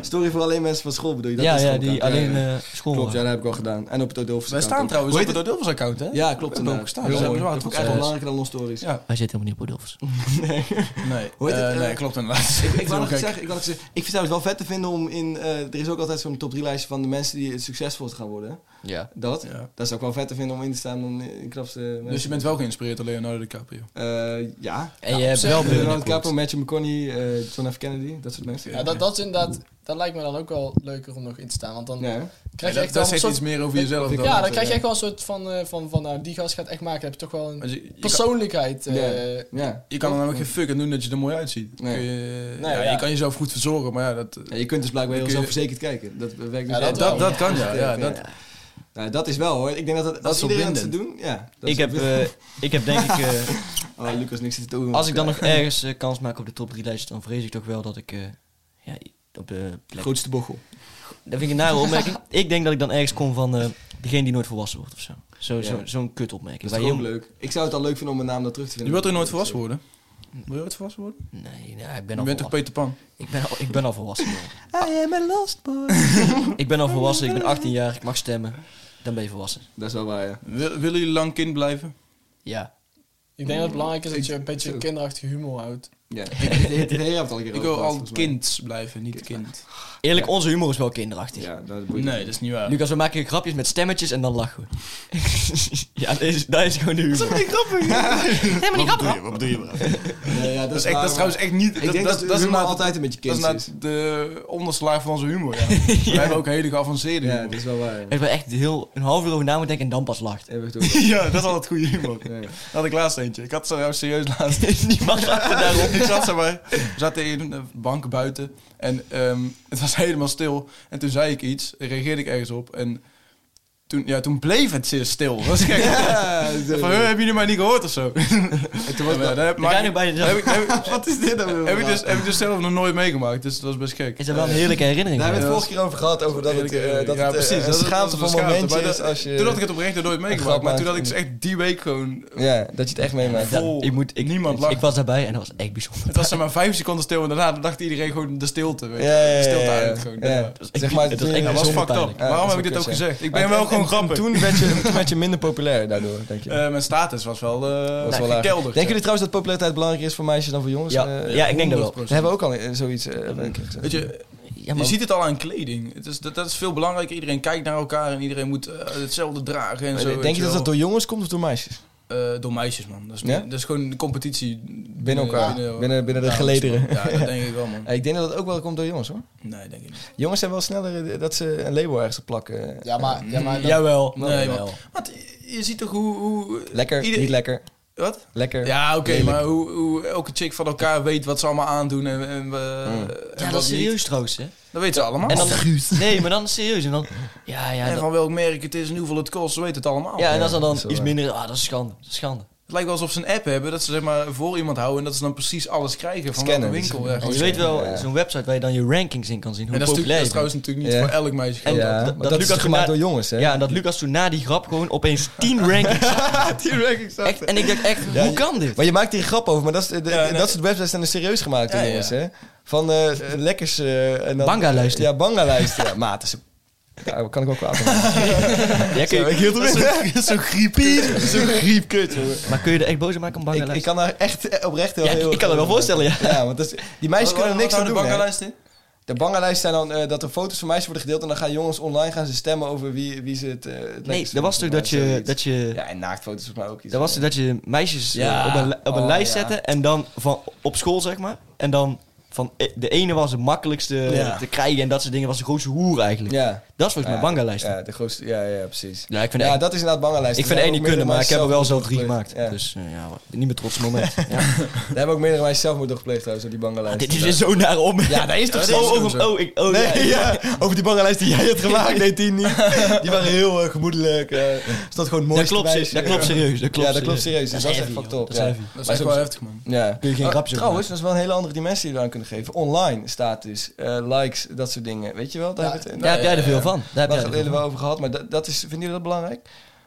Story voor alleen mensen van school bedoel je? Dat
ja,
is
ja,
gewoon
die
koud.
alleen
Ja, ja.
eh school.
Oh.
Klopt, ja, dat heb ik al gedaan. En op het Odilfs
Wij staan trouwens
Hoe
op
heet
het Odilfs account, hè?
het? Ja, klopt.
We hebben ook
inderdaad.
gestaan.
Heel
Dus
mooi.
we waren
Dat vond ik
trots
echt
op
belangrijker dan onze stories.
Ja.
Wij zitten helemaal niet op Rodolfs.
Nee,
Hoe heet
eh,
het, eh?
nee klopt inderdaad.
Ik, ik wou
Heel
nog
gek.
iets zeggen, ik wou nog iets zeggen. Ik vind het trouwens wel vet te vinden om in... eh, er is ook altijd zo'n top 3 lijstje van de mensen die het succesvolst gaan worden.
Ja.
Dat.
Ja.
Dat is ook wel vet te vinden om in te staan dan in knapste mensen.
Dus je bent wel geïnspireerd door Leonardo DiCaprio.
Eh, ja.
En je hebt wel
Leonardo
beelden.
DiCaprio, Matthew McConaughey, eh, John F. Kennedy, dat soort mensen.
Ja, dat, dat is inderdaad, dat lijkt me dan ook wel leuker om nog in te staan. Want dan
Ja, hè?
krijg je
Ja,
echt wel
dat dat zegt
een
iets
soort...
meer over jezelf dan...
ja, dan
dat,
krijg je
eh,
echt wel een soort van, eh, van, van nou, die gast gaat echt maken. Dan heb je toch wel een
want je- je kan-
persoonlijkheid. eh,
Ja. ja.
Je kan er namelijk geen fuck aan doen dat je er mooi uitziet.
Nee.
Kun je,
Nee,
ja,
ja.
Je kan jezelf goed verzorgen, maar ja, dat,
Ja, je kunt dus blijkbaar
Dan
heel
kun je-
zelfverzekerd kijken. Dat werkt dus
Ja,
wel.
dat,
wel.
dat, dat kan ja. ja, dat,
Nou, dat is wel hoor. Ik denk dat, dat, als
is
iedereen dat zou
opwindend.
doen, ja. dat
Ik
is
heb, eh,
opwindend.
ik heb denk ik, eh,
oh, Lucas, niks zit te doen.
als ik dan nog ergens eh, kans maak op de top 3 lijst, dan vrees ik toch wel dat ik eh, ja, op de plek...
Grootste bochel.
Dat vind ik een nare opmerking. ik denk dat ik dan ergens kom van eh, degene die nooit volwassen wordt of zo. Zo'n
Ja.
zo, zo'n kut
Dat
opmerking.
is toch ook leuk. Ik zou het al leuk vinden om mijn naam daar terug te vinden.
Je wilt er nooit volwassen worden? Wil je ooit volwassen worden?
Nee, nou, ik ben
Je
al
bent toch
volwassen.
Peter Pan?
Ik ben al, ik ben al volwassen. jongen.
I am a lost boy.
ik ben al volwassen, ik ben 18 jaar, ik mag stemmen. Dan ben je volwassen.
dat is wel waar, ja.
Wil- willen jullie lang kind blijven?
Ja.
Ik denk dat het belangrijk is dat je een beetje
Zo.
kinderachtige humor houdt.
ja. Dit heb je al een keer
Ik
over
wil
gehad,
al
volgens mij.
kind blijven, niet kind.
Eerlijk, onze humor is wel kinderachtig.
Ja, dat boeit
Nee,
me.
dat is niet waar.
Lucas, we maken grapjes met stemmetjes en dan lachen we. ja, dat is, dat is gewoon de humor.
Nee, ja,
Dat
waar,
is, echt, dat is
maar-
trouwens echt niet...
Ik denk dat, dat, is
inderdaad-
altijd een beetje
dat is
kind is.
inderdaad de onderslaaf van onze humor, ja. We hebben ook hele geavanceerde
Ja,
humor.
dat is wel waar. ja.
Ik ben echt heel een half uur over na moeten denken en dan pas lacht.
Heb ik het ook.
Ja, dat is altijd goede humor.
Ja, ja.
Had ik laatst eentje. Ik had zo serieus laatst.
Niemand lachte daarop.
ik zat zeg maar, we zaten in een bank buiten en ehm, het was helemaal stil. En toen zei ik iets, reageerde ik ergens op en Toen, ja, toen bleef het zeer stil. Dat is gek.
Ja,
Van, "Huh, hebben jullie mij niet gehoord of zo?
toen was
Ja, maar
dat-
dat heb-
Dan
maar-
ga je nu bij
heb
jezelf.
ik- heb ik-
Wat is dit nou? weer?
heb ik dus- Heb ik dus zelf nog nooit meegemaakt, dus dat was best gek.
Is dat wel een heerlijke herinnering?
Daar hebben we het vorige
man?
keer over gehad, over dat het, eh, dat
ja,
het
precies.
precies, een
dat
schaamtevol
dat is een schaamte,
momentje
maar dat-
is als je...
eh, Toen had ik het oprecht nog nooit meegemaakt,
grap
maar toen
maakt.
had ik dus echt die week gewoon...
Ja, dat je het echt meemaakt.
Ja,
vol.
ik moet, ik,
Niemand
ik,
lacht.
ik was daarbij en dat was echt bijzonder.
Het was zeg maar vijf seconden stil en daarna dacht iedereen gewoon de stilte. Weet je.
Ja, ja, ja,
De stilte
ja, ja.
uit gewoon.
Ja.
Ja.
was
Zeg
echt-
maar,
het was
toen-
echt
Dat was fucked
Bijzonder
up.
pijnlijk.
Ja, dat
Waarom
is
heb ik dit
ook
ook
kut, ja.
gezegd? Ik
Maar
ben wel
en-
gewoon
en
grappig.
Toen werd, je, toen werd je minder populair daardoor, denk je.
Eh, mijn status was wel, eh
dat is wel laag.
gekelderd.
Denken jullie trouwens dat populariteit belangrijker is voor meisjes dan voor jongens?
Nou, Ja,
Eh,
ja, ik denk dat wel.
100%.
We hebben ook al eh, zoiets. eh, een keer gezegd.
Weet je,
Ja,
je
maar
ziet het al aan kleding. Het is, dat, dat is veel belangrijker. Iedereen kijkt naar elkaar en iedereen moet eh, hetzelfde dragen en zo. weet
Denk je dat
wel.
dat door jongens komt of door meisjes?
Eh, door meisjes, man. Dat is,
Ja?
dat is gewoon de competitie
Binnen elkaar, binnen, binnen de
Ja,
gelederen.
Ja, dat denk ik wel, man.
Eh, Ik denk dat dat ook wel komt door jongens hoor.
Nee, denk ik niet.
Jongens zijn wel sneller eh, dat ze een label ergens op plakken.
Ja, maar, ja,
Mm.
maar dat-
Jawel.
Nee,
Jawel.
man. Want je- je ziet toch hoe... hoe
Lekker,
ieder-
niet lekker.
Wat?
Lekker.
Ja, oké,
Lelijk.
maar hoe, hoe elke chick van elkaar weet wat ze allemaal aandoen en, en, eh,
Mm.
en
Ja, dat
wat
is
niet.
serieus trouwens, hè?
Oh,
Dat weten ze allemaal.
En dan, nee, maar dan serieus. En dan, ja, ja,
en
dat-
van welk merk het is en hoeveel het kost, ze weten het allemaal.
ja, en als er dan
zo,
iets
ja.
minder, ah, dat is schande, dat is schande.
Het lijkt wel alsof ze een app hebben, dat ze zeg maar voor iemand houden en dat ze dan precies alles krijgen van
Scannen,
welke winkel.
dus-
ja.
En
Oh,
je
zo,
weet wel,
ja.
zo'n website waar je dan je rankings in kan zien, hoe
En dat is, natuurlijk- dat
populair
is
je bent.
trouwens natuurlijk niet
Ja.
voor elk meisje
En
geldt.
Ja,
dat-
maar
dat
dat,
Lucas
is gemaakt
Gena-
door jongens, hè?
Ja, en dat Lucas toen na die grap gewoon opeens 10 rankings had. Echt, en ik dacht echt,
Ja,
hoe
je-
kan dit?
Maar je maakt hier een grap over, maar dat, is, eh, de,
Ja, nee.
dat soort websites zijn er serieus gemaakt door
Ja, ja.
jongens, hè? Van eh, lekkers... eh, en dan,
Banga-lijsten.
Ja, banga-lijsten. ja, maat, dat is- daar kan ik ook kwaad van.
Ja, kun je-
Zo, ik hield hem in.
Zo'n griepie.
Zo'n griepkut, jongen.
Maar kun je er echt boos om maken om
Ik, ik
bangenlijst?
kan daar echt eh, oprecht heel
Ja, ik-
heel
ik kan het wel voorstellen, ja.
Ja, want dat is, die meisjes kunnen er niks aan
aan
doen.
de
hè.
bankenlijst in?
De bangenlijst zijn dan eh, dat er foto's van meisjes worden gedeeld en dan gaan jongens online gaan ze stemmen over wie, wie ze het, eh, het
Nee,
lekkerst
dat was toch
vinden,
dat je,
zoiets.
dat je
Ja, en naaktfoto's volgens mij ook iets.
Dat was het dat je meisjes eh,
Ja.
op een, li- op een
Oh,
lijst
ja.
zetten en dan van, op school, zeg maar. En dan van e- de ene was het makkelijkste
Ja.
te krijgen en dat soort dingen was de grootste hoer eigenlijk.
Ja.
Dat is volgens mij
Ja,
bangalijst. Ja.
Ja, de grootste, ja, ja, precies.
ik vind
Ja,
één-
dat is nou inderdaad Dus bangenlijst.
ik vind één niet kunnen, maar ik heb er wel zo drie gemaakt.
Ja.
Dus eh, ja, niet meer trots op het moment. ja.
Daar hebben ook meerdere meisjes zelfmoord door gepleegd trouwens, door die bangenlijst.
Ah, Dit is weer zo naar om.
Ja, dat is toch zo?
Oh, over, oh, ik, oh, ja.
Nee, ja, over die bangenlijst die jij had gemaakt, nee, die niet. Die waren heel eh, gemoedelijk. eh stond gewoon mooi.
Dat klopt, se- dat klopt serieus. Dat klopt
Ja, dat klopt serieus. Dus dat is echt
heavy,
fucked
joh.
up.
Dat is
ja.
heavy.
Dat is echt wel heftig, man.
Ja.
Kun je geen
Oh,
grapjes over
Trouwens, dat is wel een hele andere dimensie die we aan kunnen geven. Online status, eh, likes, dat soort dingen. Weet je wel? Daar
Ja.
hebben we het
Daar heb jij er
eh,
veel van.
daar
Daar heb jij er
hebben
veel
we
van.
wel over gehad, maar dat, dat is, vinden jullie dat belangrijk?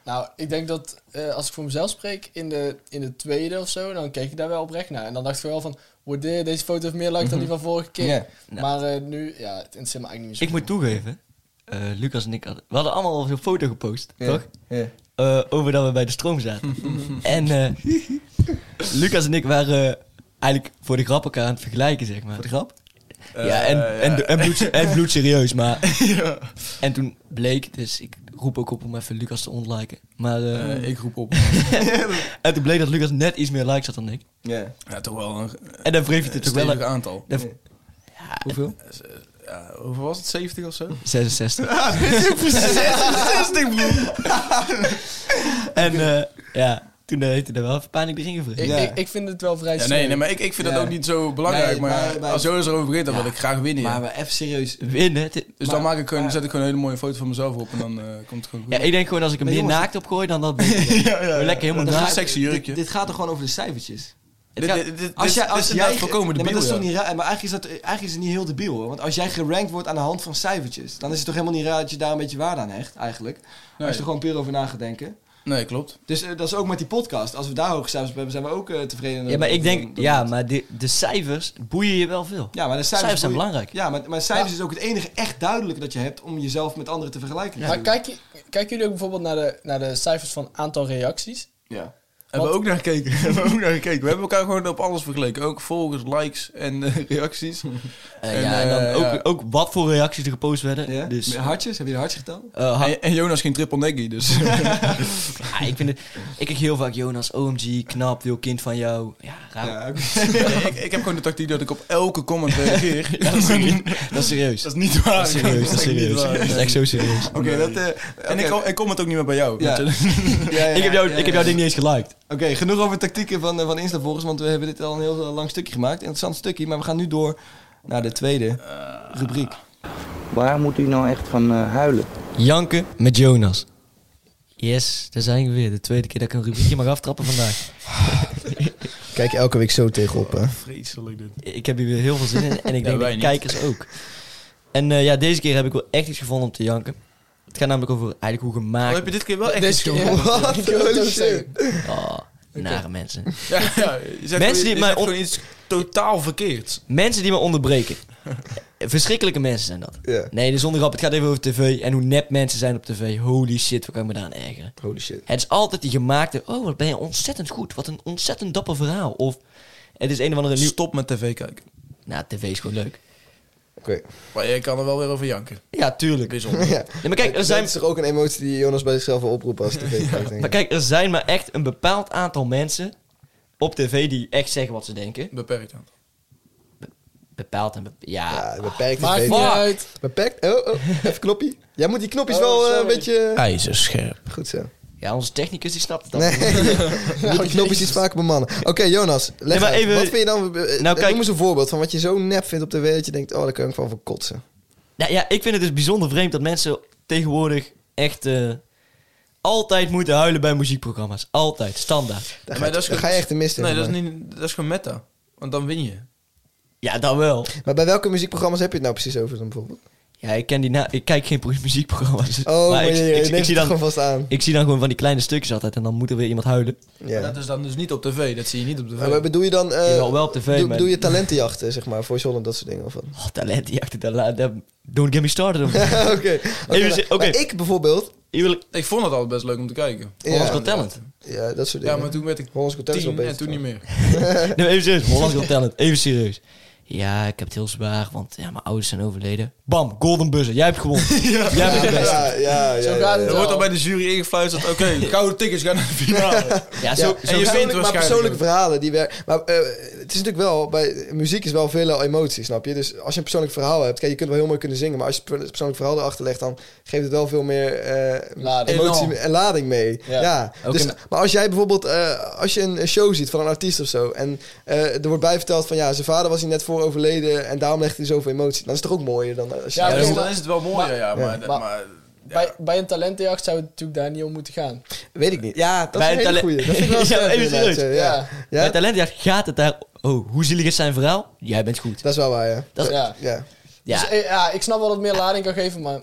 Nou, ik denk dat eh, als ik voor mezelf spreek, in de, in de tweede of zo, dan keek ik daar wel oprecht naar. En dan dacht ik wel van, wordt dit, deze foto heeft meer likes dan die van vorige keer.
Ja.
Maar eh, nu, ja, het interesseert me eigenlijk niet meer
Ik moet toegeven, eh, Lucas en ik hadden, we hadden allemaal een foto gepost,
Ja.
toch?
Ja.
eh, over dat we bij de stroom zaten. en eh, Lucas en ik waren eh, eigenlijk voor de grap elkaar aan het vergelijken, zeg maar. Voor de grap? Ja, en, en, en, bloed, en bloed serieus, maar... En toen bleek, dus ik roep ook op om even Lucas te ontliken. Maar, eh,
Eh, ik roep op.
en toen bleek dat Lucas net iets meer likes had dan ik.
Ja.
Ja, toch wel een eh,
En dan wreef je het
een
ook wel...
stevig aantal.
dan-
Hoeveel?
Ja, hoeveel was het? 70 of zo?
66. en eh, ja, toen eh, heeft hij er wel even pijnlijk erin
Ik,
gevreesd.
Ja.
ik, ik vind het wel vrij
Ja,
sneu.
nee, nee, maar ik, ik vind
Ja.
dat ook niet zo belangrijk.
Nee,
maar
maar- maar-
als Jonas erover begint, dan wil ik graag winnen. ja.
Maar we even serieus.
Winnen. het-
dus dan maak ik gewoon, zet ik gewoon een hele mooie foto van mezelf op en dan eh, komt het gewoon goed.
Ja, ik denk gewoon als ik hem meer
jongens,
naakt opgooi dan dat. beter. Gewoon Lekker helemaal
Dat is een
naakt.
sexy jurkje.
Dit, dit gaat er gewoon over de cijfertjes.
Het gaat-
Als jij, als jij
voorkomen de
Nee, maar dat is toch niet raar? Maar eigenlijk is, dat, eigenlijk is het niet heel debiel hoor. Want als jij gerankt wordt aan de hand van cijfertjes, dan is het toch helemaal niet raar dat je daar een beetje waarde aan hecht eigenlijk.
Nee.
Als je er gewoon puur over na gaat denken.
Nee, klopt.
Dus eh, dat is ook met die podcast. Als we daar hoge cijfers op hebben, zijn we ook eh, tevreden.
Ja, maar ik
Dan-
denk,
dan-
ja, maar de, de cijfers boeien je wel veel.
ja, maar de cijfers,
cijfers zijn
boeien-
belangrijk.
Ja, maar, maar cijfers is ook het enige echt duidelijke dat je hebt om jezelf met anderen te vergelijken.
Maar kijk, je- kijken jullie ook bijvoorbeeld naar de, naar de cijfers van aantal reacties?
Ja.
Hebben we ook naar gekeken. hebben we ook naar gekeken. We hebben elkaar gewoon op alles vergeleken. Ook volgers, likes en eh, reacties.
Eh,
En,
ja, en dan
eh,
ook,
ja.
ook wat voor reacties er gepost werden.
ja?
Dus,
Met Hartjes? Heb je de hartje geteld?
eh, ha-
En, en Jonas ging triple neggy, dus...
ja, ik, vind het, ik kijk heel vaak Jonas, OMG, knap, wil kind van jou. Ja, raar.
Ja, oké.
Nee, ik, ik heb gewoon de tactiek dat ik op elke comment reageer.
Ja, dat, is niet, dat is serieus.
Dat is niet waar.
Dat is serieus, dat is
niet
serieus.
waar.
Dat is echt zo serieus.
Oké, dat... eh,
En ik, kom- ik comment ook niet meer bij jou.
Ja.
weet je.
ja, ja,
Ik heb, jou,
ja,
ik heb
ja.
jouw ding niet eens geliked.
Oké, genoeg over tactieken van, eh, van Insta-volgers, want we hebben dit al een heel eh, lang stukje gemaakt. Interessant stukje, maar we gaan nu door naar de tweede rubriek.
Waar moet u nou echt van eh, huilen?
Janken met Jonas. Yes, daar zijn we weer. De tweede keer dat ik een rubriekje mag aftrappen vandaag.
Kijk elke week zo tegenop, hè.
Vreselijk dit.
Ik heb hier weer heel veel zin in en ik denk
wij
de
niet.
kijkers ook. En eh, ja, deze keer heb ik wel echt iets gevonden om te janken. Het gaat namelijk over eigenlijk hoe
Oh,
gemaakt...
heb je dit keer wel echt
Deze
iets
keer,
gewonnen?
ja. Ik wil het ook zeggen.
Oh, nare mensen.
Ja, ja, je zegt
Mensen
gewoon-
die
je
mij
zegt
on-
gewoon iets totaal verkeerd.
Mensen die me onderbreken. Verschrikkelijke mensen zijn dat.
Ja.
Nee, de zonder grap. Het gaat even over tv en hoe nep mensen zijn op tv. Holy shit, wat kan ik me daaraan ergeren.
Holy shit.
Het is altijd die gemaakte... Oh, wat ben je ontzettend goed. Wat een ontzettend dapper verhaal. Of het is een of andere nieuw...
Stop met tv kijken.
Nou, tv is gewoon leuk.
Oké.
Maar je kan er wel weer over janken.
Ja, tuurlijk.
Bijzonder.
Ja.
Nee, maar kijk, er zijn...
Dat is toch ook een emotie die Jonas bij zichzelf wil oproepen als tv kijkt, denk
Maar
ik.
kijk, er zijn maar echt een bepaald aantal mensen op tv die echt zeggen wat ze denken.
Beperkt aan.
Bepaald en bep- ja.
Ja, "Ah, beperkt is
Maakt niet
beter.
uit.
Beperkt? Oh, oh, even knoppie. Jij moet die knopjes
Oh,
wel eh, een
sorry.
beetje...
IJzerscherp.
Goed zo.
ja, onze technicus die snapt het al.
Nee, je moet die knopjes iets vaker bemannen. Oké, Jonas, leg
maar
uit.
even-
Wat vind je dan... eh,
Nou, kijk-
Noem eens een voorbeeld van wat je zo nep vindt op de wereld. Dat je denkt, oh, daar kan ik van voor kotsen.
Nou ja, ik vind het dus bijzonder vreemd dat mensen tegenwoordig echt eh, altijd moeten huilen bij muziekprogramma's. Altijd, standaard.
Daar
maar
ga,
dat
je,
is
daar
goed.
ga je echt de mist in.
Nee, dat
voor
is,
mij.
niet, dat is gewoon meta. Want dan win je.
Ja, dan wel.
Maar bij welke muziekprogramma's heb je het nou precies over dan bijvoorbeeld?
Ja, ik ken die na ik kijk geen pro- muziekprogramma's.
Oh, maar
ik,
je, je
ik- ik
neemt
zie
het
dan,
gewoon vast aan.
ik zie dan gewoon van die kleine stukjes altijd en dan moet er weer iemand huilen.
Ja.
Dat is dan dus niet op tv. Dat zie je niet op tv.
Maar wat bedoel je dan... eh,
Jawel, wel op tv,
doe-
maar-
Doe je talentenjachten, zeg maar, voor Holland, dat soort dingen? Of wat?
Oh, talent, die achter de Don't get me started. on-
Oké. Oké,
Even
maar-
zi- oké.
maar Ik bijvoorbeeld...
Je wil
Ik vond het altijd best leuk om te kijken.
Hollands
Ja,
Got Talent.
ja, dat soort dingen.
Ja, maar toen werd ik
Hollands Got Talent is
tien
wel
en
beter.
toen niet meer.
Nee, maar even serieus. Hollands Got Talent. Even serieus. Ja, ik heb het heel zwaar, want ja, mijn ouders zijn overleden. Bam, golden buzzer. Jij hebt gewonnen. Jij bent de
Ja,
beste.
ja, ja.
Zo
ja,
gaat
ja.
het
Er
wel.
wordt al bij de jury ingefluisterd. Oké, gouden tickets gaan naar de finale.
Ja,
Ja,
zo,
en
zo-
je vindt maar
waarschijnlijk
persoonlijke
ook.
verhalen die werken. Maar eh, het is natuurlijk wel, bij muziek is wel veel emotie, snap je? Dus als je een persoonlijk verhaal hebt, kijk, je kunt wel heel mooi kunnen zingen, maar als je per- persoonlijk verhaal erachter legt, dan geeft het wel veel meer eh,
Lading.
emotie
Elan.
en lading mee. Ja.
Ja.
Ook
Dus,
een-
maar als jij bijvoorbeeld, eh, als je een show ziet van een artiest of zo, en eh, er wordt bij verteld van ja, zijn vader was hier net voor overleden en daarom legt hij zoveel emotie, dan is het toch ook mooier dan eh, als je.
Ja,
Ja,
maar
dus
dan-
dan is het wel mooier, ja. Maar,
maar-
maar-
Bij, bij een talentenjacht zou het natuurlijk daar niet om moeten gaan.
Weet ik niet. Ja, dat
Bij
is een hele
een
goeie.
tale-
Dat vind ik wel
Ja,
sterk,
even
inderdaad,
serieus.
ja.
Ja.
Bij
Ja?
talent ja, gaat het daar... Oh, hoe zielig is zijn verhaal? Jij bent goed.
Dat is wel waar, ja.
Dat is-
Ja.
ja.
Ja,
Dus, eh, ja, ik snap wel dat het meer lading kan geven, maar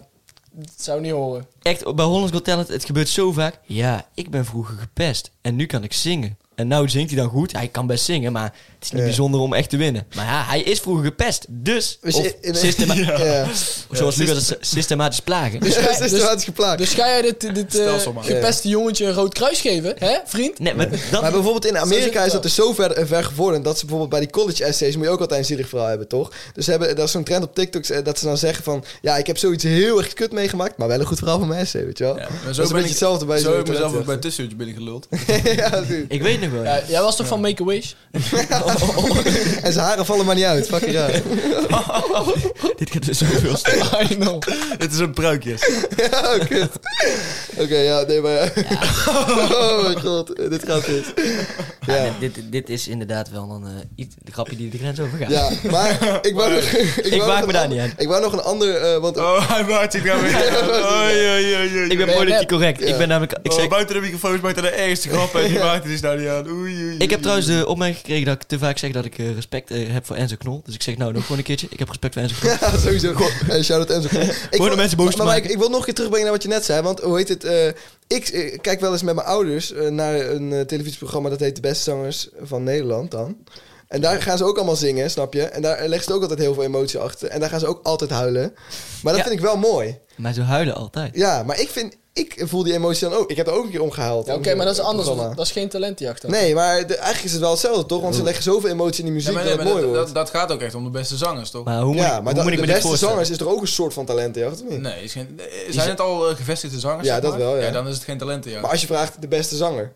het zou niet horen.
echt, bij Hollands Got Talent, het gebeurt zo vaak. Ja, ik ben vroeger gepest en nu kan ik zingen. En nou zingt hij dan goed. Hij kan best zingen, maar het is niet
Ja.
bijzonder om echt te winnen. Maar ja, hij is vroeger gepest. Dus,
Dus
of
in- in-
systema-
Ja.
zoals Lucas het zegt, systematisch plagen.
Dus
ga-
dat is systematisch geplaagd.
Dus ga jij dit, dit eh,
Stelsel maken.
gepeste jongetje een rood kruis geven, hè, vriend?
Nee, maar dat...
Maar bijvoorbeeld in
zit
Amerika
het
is dat dus zo ver, eh, ver gevorderd dat ze bijvoorbeeld bij die college essays moet je ook altijd een zielig verhaal hebben, toch? Dus ze hebben, dat is zo'n trend op TikTok eh, dat ze dan zeggen van ja, ik heb zoiets heel erg kut meegemaakt, maar wel een goed verhaal van mijn essay, weet je wel?
ja, maar
dat is
zo ben
een beetje
ik-
hetzelfde bij
Zo
zo'n
heb ik mezelf ook bij
talent-
tussenuurtje binnengeluld.
ja, natuurlijk.
Ik weet nog wel.
Ja, jij was toch van Make-A-Wish?
En zijn haren vallen maar niet uit, fucking raar.
Dit gaat dus zoveel stuk.
I know.
Het is een pruikjes.
ja, oh, kut. Oké, ja, nee, maar... oh mijn god, eh, dit gaat mis. Ja.
dit, dit is inderdaad wel een eh, iets, de grapje die de grens overgaat.
Ja, maar ik wou nog... Ik, wou nog
maak me
een
daar
ander-
niet aan.
Ik wou nog een ander, eh, want...
Oh, hij maakt zich daar weer. Oei, oei, oei, oei.
Ik ben
Ben je
politiek
rap?
correct. Ik ben namelijk... Ik,
Oh,
zeg,
buiten de microfoons maakt hij de ergste grap en die maakt hij dus nou niet aan. Oei, oei, oei.
ik heb trouwens de opmerking gekregen dat ik te vaak zeg dat ik eh, respect eh, heb voor Enzo Knol. Dus ik zeg nou nog gewoon een keertje. Ik heb respect voor Enzo Knol.
Ja, sowieso. Eh, shout-out Enzo. Ik
de mensen boos te
maar, maar ik,
maken.
ik wil nog een keer terugbrengen naar wat je net zei. Want hoe heet het? eh, ik eh, kijk wel eens met mijn ouders eh, naar een eh, televisieprogramma dat heet De Beste Zangers van Nederland dan. En daar gaan ze ook allemaal zingen, snap je? En daar eh, leggen ze ook altijd heel veel emotie achter. En daar gaan ze ook altijd huilen. Maar dat
Ja.
vind ik wel mooi.
Maar ze huilen altijd.
Ja, maar ik vind... Ik voel die emotie dan ook. Ik heb er ook een keer omgehaald.
Ja, Oké, maar dat is anders.
Programma.
Dat is geen talentenjacht dan.
Nee, maar de- eigenlijk is het wel hetzelfde, toch? Want ze leggen zoveel emotie in die
Ja,
muziek
maar nee,
dat
maar
het mooi
dat,
wordt.
dat, dat gaat ook echt om de beste zangers, toch?
Maar hoe moet,
ja,
ik,
maar
hoe
dat-
moet ik
de
me dit
beste
voorstellen?
zangers is er ook een soort van talentenjacht, of niet?
Nee, is geen, eh, zijn het al eh, gevestigde zangers?
Ja,
zeg
dat
maar?
wel, ja.
dan is het geen talentenjacht.
Maar als je vraagt de beste zanger.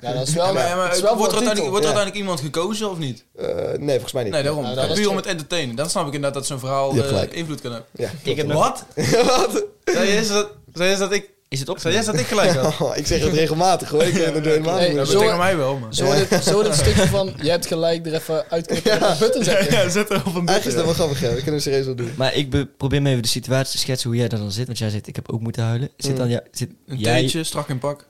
Ja, dat is wel,
Ja, maar, ja, maar
het is wel
wordt er,
voor een
uiteindelijk,
titel.
wordt er
ja.
uiteindelijk iemand gekozen of niet?
Eh, nee, volgens mij niet.
Nee, daarom.
Ja, Nou,
Het
dat
gaat
is
puur om
gek.
het entertainen. Dan snap ik inderdaad dat zo'n verhaal
Je hebt
eh,
gelijk.
invloed kan hebben.
Ja.
Ik heb nog-
Wat?
Wat?
Zij is dat, zij is dat ik
Is het op?
Zou jij dat ik gelijk had?
ik zeg het regelmatig hoor. Ik ben er helemaal
Nee,
niet
Dat
mee.
zo-
betekent mij wel, man.
Zo dat, zo dat stukje van, je hebt gelijk, er even uitknippen en een button
Ja,
zetten.
ja, zet er op een
Eigenlijk is
button.
dat wel grappig, ja. Dat kunnen we serieus wel doen.
Maar ik be- probeer me even de situatie te schetsen hoe jij daar dan zit. Want jij zegt, ik heb ook moeten huilen. Zit
Hmm.
dan jou- zit
Een
jij,
teentje, strak in pak.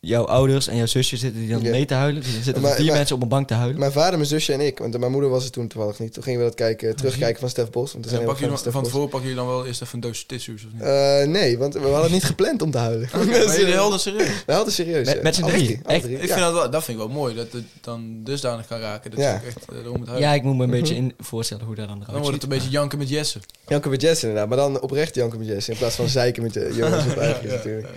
jouw ouders en jouw zusje zitten die dan
Oké.
mee te huilen? Dus dan zitten
Maar-
er vier
maar-
mensen op een bank te huilen?
Mijn vader, mijn zusje en ik. Want mijn moeder was er toen toevallig niet. Toen gingen we dat
Ah,
kijken, terugkijken van Stef Bos. Want er
Dan
zijn
pak
heel
je
veel
dan,
Stef
van
Bos.
tevoren pak je dan wel eerst even een doos tissues of niet?
Eh, nee, want we hadden het niet gepland om te huilen.
Oké, maar jullie helden serieus.
We hadden serieus.
Met-
ja.
met z'n
Alle
drieën?
alle
Echt?
drie,
Ik
ja.
vind dat, wel, dat vind ik wel mooi, dat het dan dusdanig kan raken. Dat
Ja.
je ook echt eh, erom moet huilen.
Ja, ik moet me
Mhm.
een beetje in voorstellen hoe dat dan eruit
Dan wordt het een
ziet.
beetje janken met Jesse.
Janken met Jess inderdaad, maar dan oprecht janken met Jess in plaats van zeiken met eh, de jongens wat eigenlijk is natuurlijk.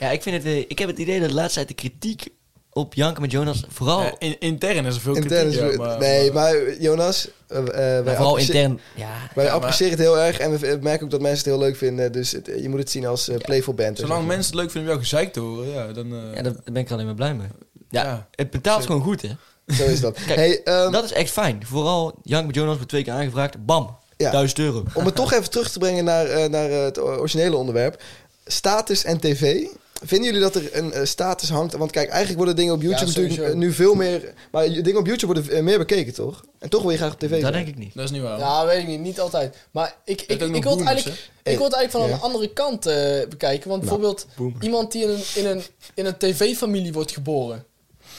Ja, ik, vind het, eh, ik heb het idee dat de laatste tijd de kritiek op Janken met Jonas
Oh.
vooral...
Ja, in- intern is er veel
Intern
kritiek.
is
ja,
het- nee, maar Jonas, eh, eh, wij,
maar vooral
apprecie-
intern. Ja,
wij
Ja, maar-
appreciëren het heel erg en we v- merken ook dat mensen het heel leuk vinden. Dus het- je moet het zien als eh, playful band. en
Zolang
zo.
mensen het leuk vinden om jou gezeik te horen, ja, dan... eh,
ja, daar daar ben ik alleen maar blij mee. Ja,
Ja.
het betaalt gewoon goed, hè.
Zo is dat. hey, ehm,
Dat is echt fijn. Vooral Janken met Jonas wordt twee keer aangevraagd. Bam,
Ja.
1000 euro.
Om het toch even terug te brengen naar, eh, naar eh, het originele onderwerp. Status en tv. Vinden jullie dat er een eh, status hangt? Want kijk, eigenlijk worden dingen op YouTube
Ja,
natuurlijk eh,
sowieso.
nu veel meer... Maar je- dingen op YouTube worden eh, meer bekeken, toch? En toch wil je graag op tv
Dat
zijn.
denk ik niet.
Dat is niet waar.
Ja, weet ik niet. Niet altijd. Maar ik, ik,
hebt ook
ik,
nog
wil het
boomers,
eigenlijk, ik wil het eigenlijk van
Ja. Nou,
een andere kant eh, bekijken. Want bijvoorbeeld iemand die in een, in een, in een tv-familie wordt geboren.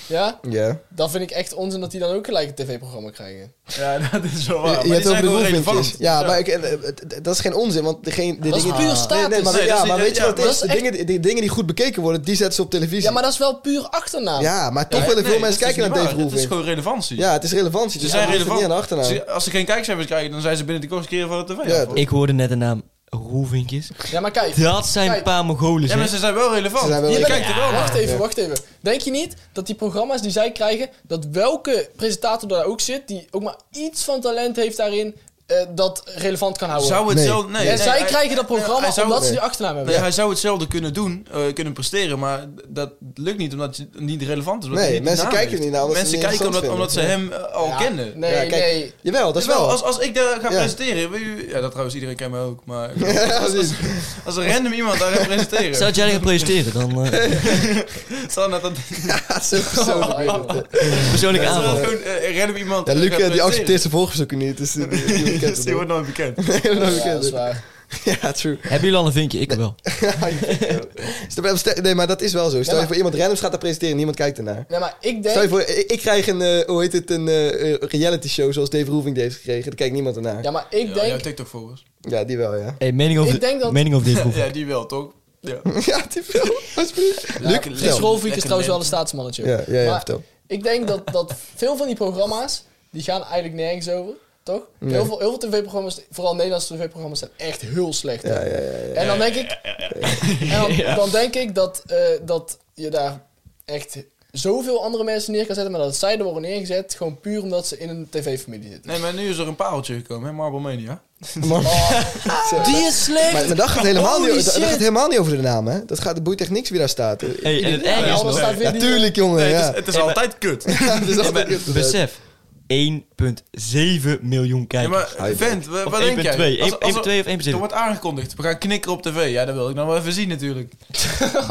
Ja?
Ja.
Dan vind ik echt onzin dat die dan ook gelijk een tv-programma krijgen.
Ja, dat is wel
Je-
waar. Maar
je hebt
die zijn
ook de
gewoon
movement.
relevant.
Ja, maar ik, eh, eh, d- d- dat is geen onzin, want degene... De
Dat is
dingen,
puur
Nee,
status.
nee, maar,
Nee,
ja,
dat is
maar
niet-
weet je
ja,
wat het
maar
is?
dat
De
is
dingen, die- die dingen die goed bekeken worden, die zetten ze op televisie.
Ja, maar dat is wel puur achternaam.
Ja, maar toch willen veel
Nee,
mensen
dat is
kijken naar
niet
Dave
waar. Het is
Roelvink.
gewoon relevantie.
Ja, het is relevantie.
Ze
Dus
zijn
ja, het is niet aan de
relevant.
achternaam.
Ze- Als ze geen kijkcijfers krijgen, dan zijn ze binnen de kortste keren van de tv.
Ja,
af.
dat-
Ik hoorde net de naam Roevinkjes.
Ja, maar kijk.
Dat zijn een
Kijk.
paar Mongolen,
Ja,
hè.
maar ze zijn wel relevant.
Ze zijn wel
je
relevant.
kijkt er wel
Wacht
naar.
even,
Ja.
wacht even. Denk je niet dat die programma's die zij krijgen, dat welke presentator daar ook zit, die ook maar iets van talent heeft daarin, eh, dat relevant kan houden?
Zou
Nee.
hetzelfde... Nee,
en
nee,
zij
hij-
krijgen dat programma
hij zou-
omdat ze
nee.
die achternaam hebben.
Nee, hij zou hetzelfde kunnen doen, eh, kunnen presteren, maar dat lukt niet omdat het niet relevant is. omdat
Nee,
hij niet
mensen
naam
kijken
heeft.
niet naar, omdat ze
Mensen
het niet
kijken omdat, omdat
interessant
ze hem eh, al
Ja,
kennen.
Nee,
Ja, kijk,
nee.
Jawel, dat is
Jawel,
wel.
Als, als ik daar ga
Ja.
presenteren, wil je, ja, dat trouwens, iedereen kent me ook, maar
Ja, precies.
als een random iemand daar gaat presenteren,
Zou jij gaan presenteren dan? eh,
stel net dat
Zo- zo
Oh,
gebeurt het.
persoonlijke
stel dat
aanval.
gewoon eh, random iemand
Ja, Luc
gaat
eh, die
presenteren.
accepteert zijn volgers ook niet. Dus die, die, die
Dus
kent het
die
ook.
wordt nooit bekend.
Nee, dat
Ja, dat is waar.
Ja, true.
Hebben jullie al een vinkje? Ik wel.
Stel- maar stel- nee, maar dat is wel zo. Stel
Ja,
je
maar-
voor iemand randoms gaat daar presenteren, niemand kijkt ernaar.
Nee, maar ik
Stel je
denk...
voor, ik, ik krijg een, eh, hoe heet het, een eh, eh, reality show zoals Dave Roeving die heeft gekregen. Daar kijkt niemand ernaar.
Ja,
Ja,
maar ik
Ja, jouw
denk...
TikTok volgers.
die wel, ja.
Hey, mening
Ik
over,
denk dat-
mening over dit boek.
Ja, die wel, toch? Ja.
ja, die wel. Alsjeblieft. Luc,
Lekker-
Lex
vertel.
Rolfink is
Lekker
trouwens wel een
mens.
staatsmannetje.
Ja, ja, ja,
Maar
vertel.
Ik denk dat, dat veel van die programma's, die gaan eigenlijk nergens over, toch? Heel veel, heel veel tv-programma's, vooral Nederlandse tv-programma's, zijn echt heel slecht. hè?
Ja, ja, ja. ja.
En dan denk ik, en dan, dan denk ik dat, eh, dat je daar echt zoveel andere mensen neer kan zetten, maar dat zij er worden neergezet, gewoon puur omdat ze in een tv-familie zitten.
Nee, maar nu is er een pareltje gekomen, hè, Marble
Oh,
Mania.
Maar,
Die is slecht!
maar, maar dat, gaat helemaal
Holy
niet, dat, dat
shit.
gaat helemaal niet over de naam, hè. Dat gaat, de boeit echt niks wie daar staat.
Hey, en het ergste
Ja,
is
anders
nog,
staat weer die-
Natuurlijk, jongen,
Nee,
ja.
het is, het is
Ja, maar-
altijd kut.
Ja, het is altijd interessant.
besef, 1,7 miljoen
Ja,
kijkers.
maar vent, wa-
Of
wat denk jij?
1,2,
Als- als
1,2 of 1,7.
Er wordt aangekondigd, we gaan knikken op tv. Ja, dat wil ik nou wel even zien natuurlijk.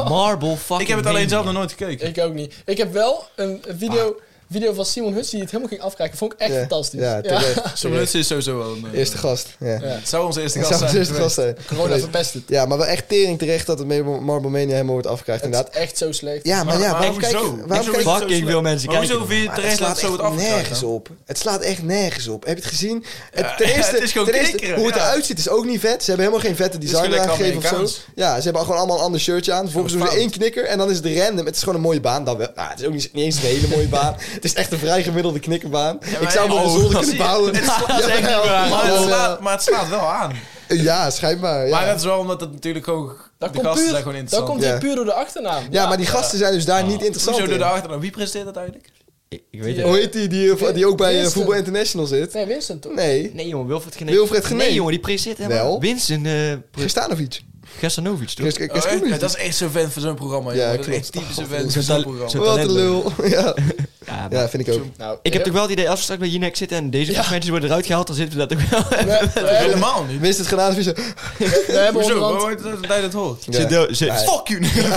Marble fucking
Ik heb het alleen
Mania.
zelf nog nooit gekeken.
Ik ook niet. Ik heb wel een een video, video van Simon Huts die het helemaal ging afkijken. Vond ik echt
Ah. Ja,
fantastisch.
Ja, terecht.
Zo'n
terecht.
mensen is sowieso wel een... eh,
Eerste gast, ja.
Ja.
Het zou onze eerste
Dat
gast
zou
zijn.
mijn eerste gast
geweest.
zijn.
Corona verpest het.
Ja, maar wel echt tering terecht dat het Marble Mania helemaal wordt afgekrijgt,
Het
inderdaad.
is echt zo slecht.
Ja, maar ja,
Maar
waarom kijk
hoezo?
waarom
Hoezo
kijk-
is het zo
Fucking
slecht?
veel mensen
Maar Hoezo
kijken.
vind je
Maar
het
het
terecht dat
slaat
het zo
echt
wordt afgekrijgd
nergens
dan?
op. Het slaat echt nergens op. Heb je het gezien? Het,
Ja,
ten eerste,
het is gewoon
ten eerste,
knikkeren,
Hoe het
ja.
eruit ziet is ook niet vet. Ze hebben helemaal geen vette
is
design
gewoon lekker
aangegeven of zo.
Amerikaans.
Ja, ze hebben gewoon allemaal een ander shirtje aan. Vervolgens doen ze
fout.
één knikker en dan is het random. Het is gewoon een mooie baan. Dan wel. Ah, het is ook niet, niet eens een hele mooie baan. Het is echt een vrij gemiddelde knikkerbaan. Ik zou hem
ja,
op
oh,
een zolder
dat
kunnen
zie je.
bouwen.
Het slaat
Ja,
echt niet
wel.
waar. Maar het
Dat, eh,
slaat- Maar het slaat wel aan.
Ja, schijnbaar. Ja.
Maar dat is wel omdat het natuurlijk gewoon...
Dat
De
komt,
gasten
puur,
zijn gewoon
dat
interessant.
komt hier
Ja.
puur door de achternaam.
Ja, maar die gasten zijn dus daar niet interessant
Oh. Hoezo door de
in.
achternaam? Wie presteert dat eigenlijk?
Ik, ik weet
Die,
het.
Hoe heet die, die, eh, die ook bij eh,
Winston.
Voetbal International zit?
Nee, Winston toch?
Nee,
Nee jongen, Wilfred Genee.
Wilfred Genee.
Nee jongen, die presenteert helemaal.
Wel.
Winston eh
Prestanovic.
Gastanovic toch?
Chris- Chris
Oh, echt?
Coolidge.
Ja, dat is echt zo'n vent voor zo'n programma.
Ja,
Ja, dat is
klopt.
echt typische
Oh,
vent
zo'n
voor zo'n
tal-
programma.
zo'n
Wat een
talent.
lul. Ja.
Ja, Ja, maar-
Ja, vind ik ook.
Nou,
Ik heb
heel-
toch wel het idee, als we straks bij Jinek zitten en deze mensen worden eruit gehaald, dan zitten we dat ook wel.
we, we hebben,
Helemaal niet.
Wist het gedaan of zo?
we hebben
Hoezo?
onderhand-
Waar hoort dat dat je dat hoort?
Ja.
Zit, Dave- zit,
Nee.
Fuck you!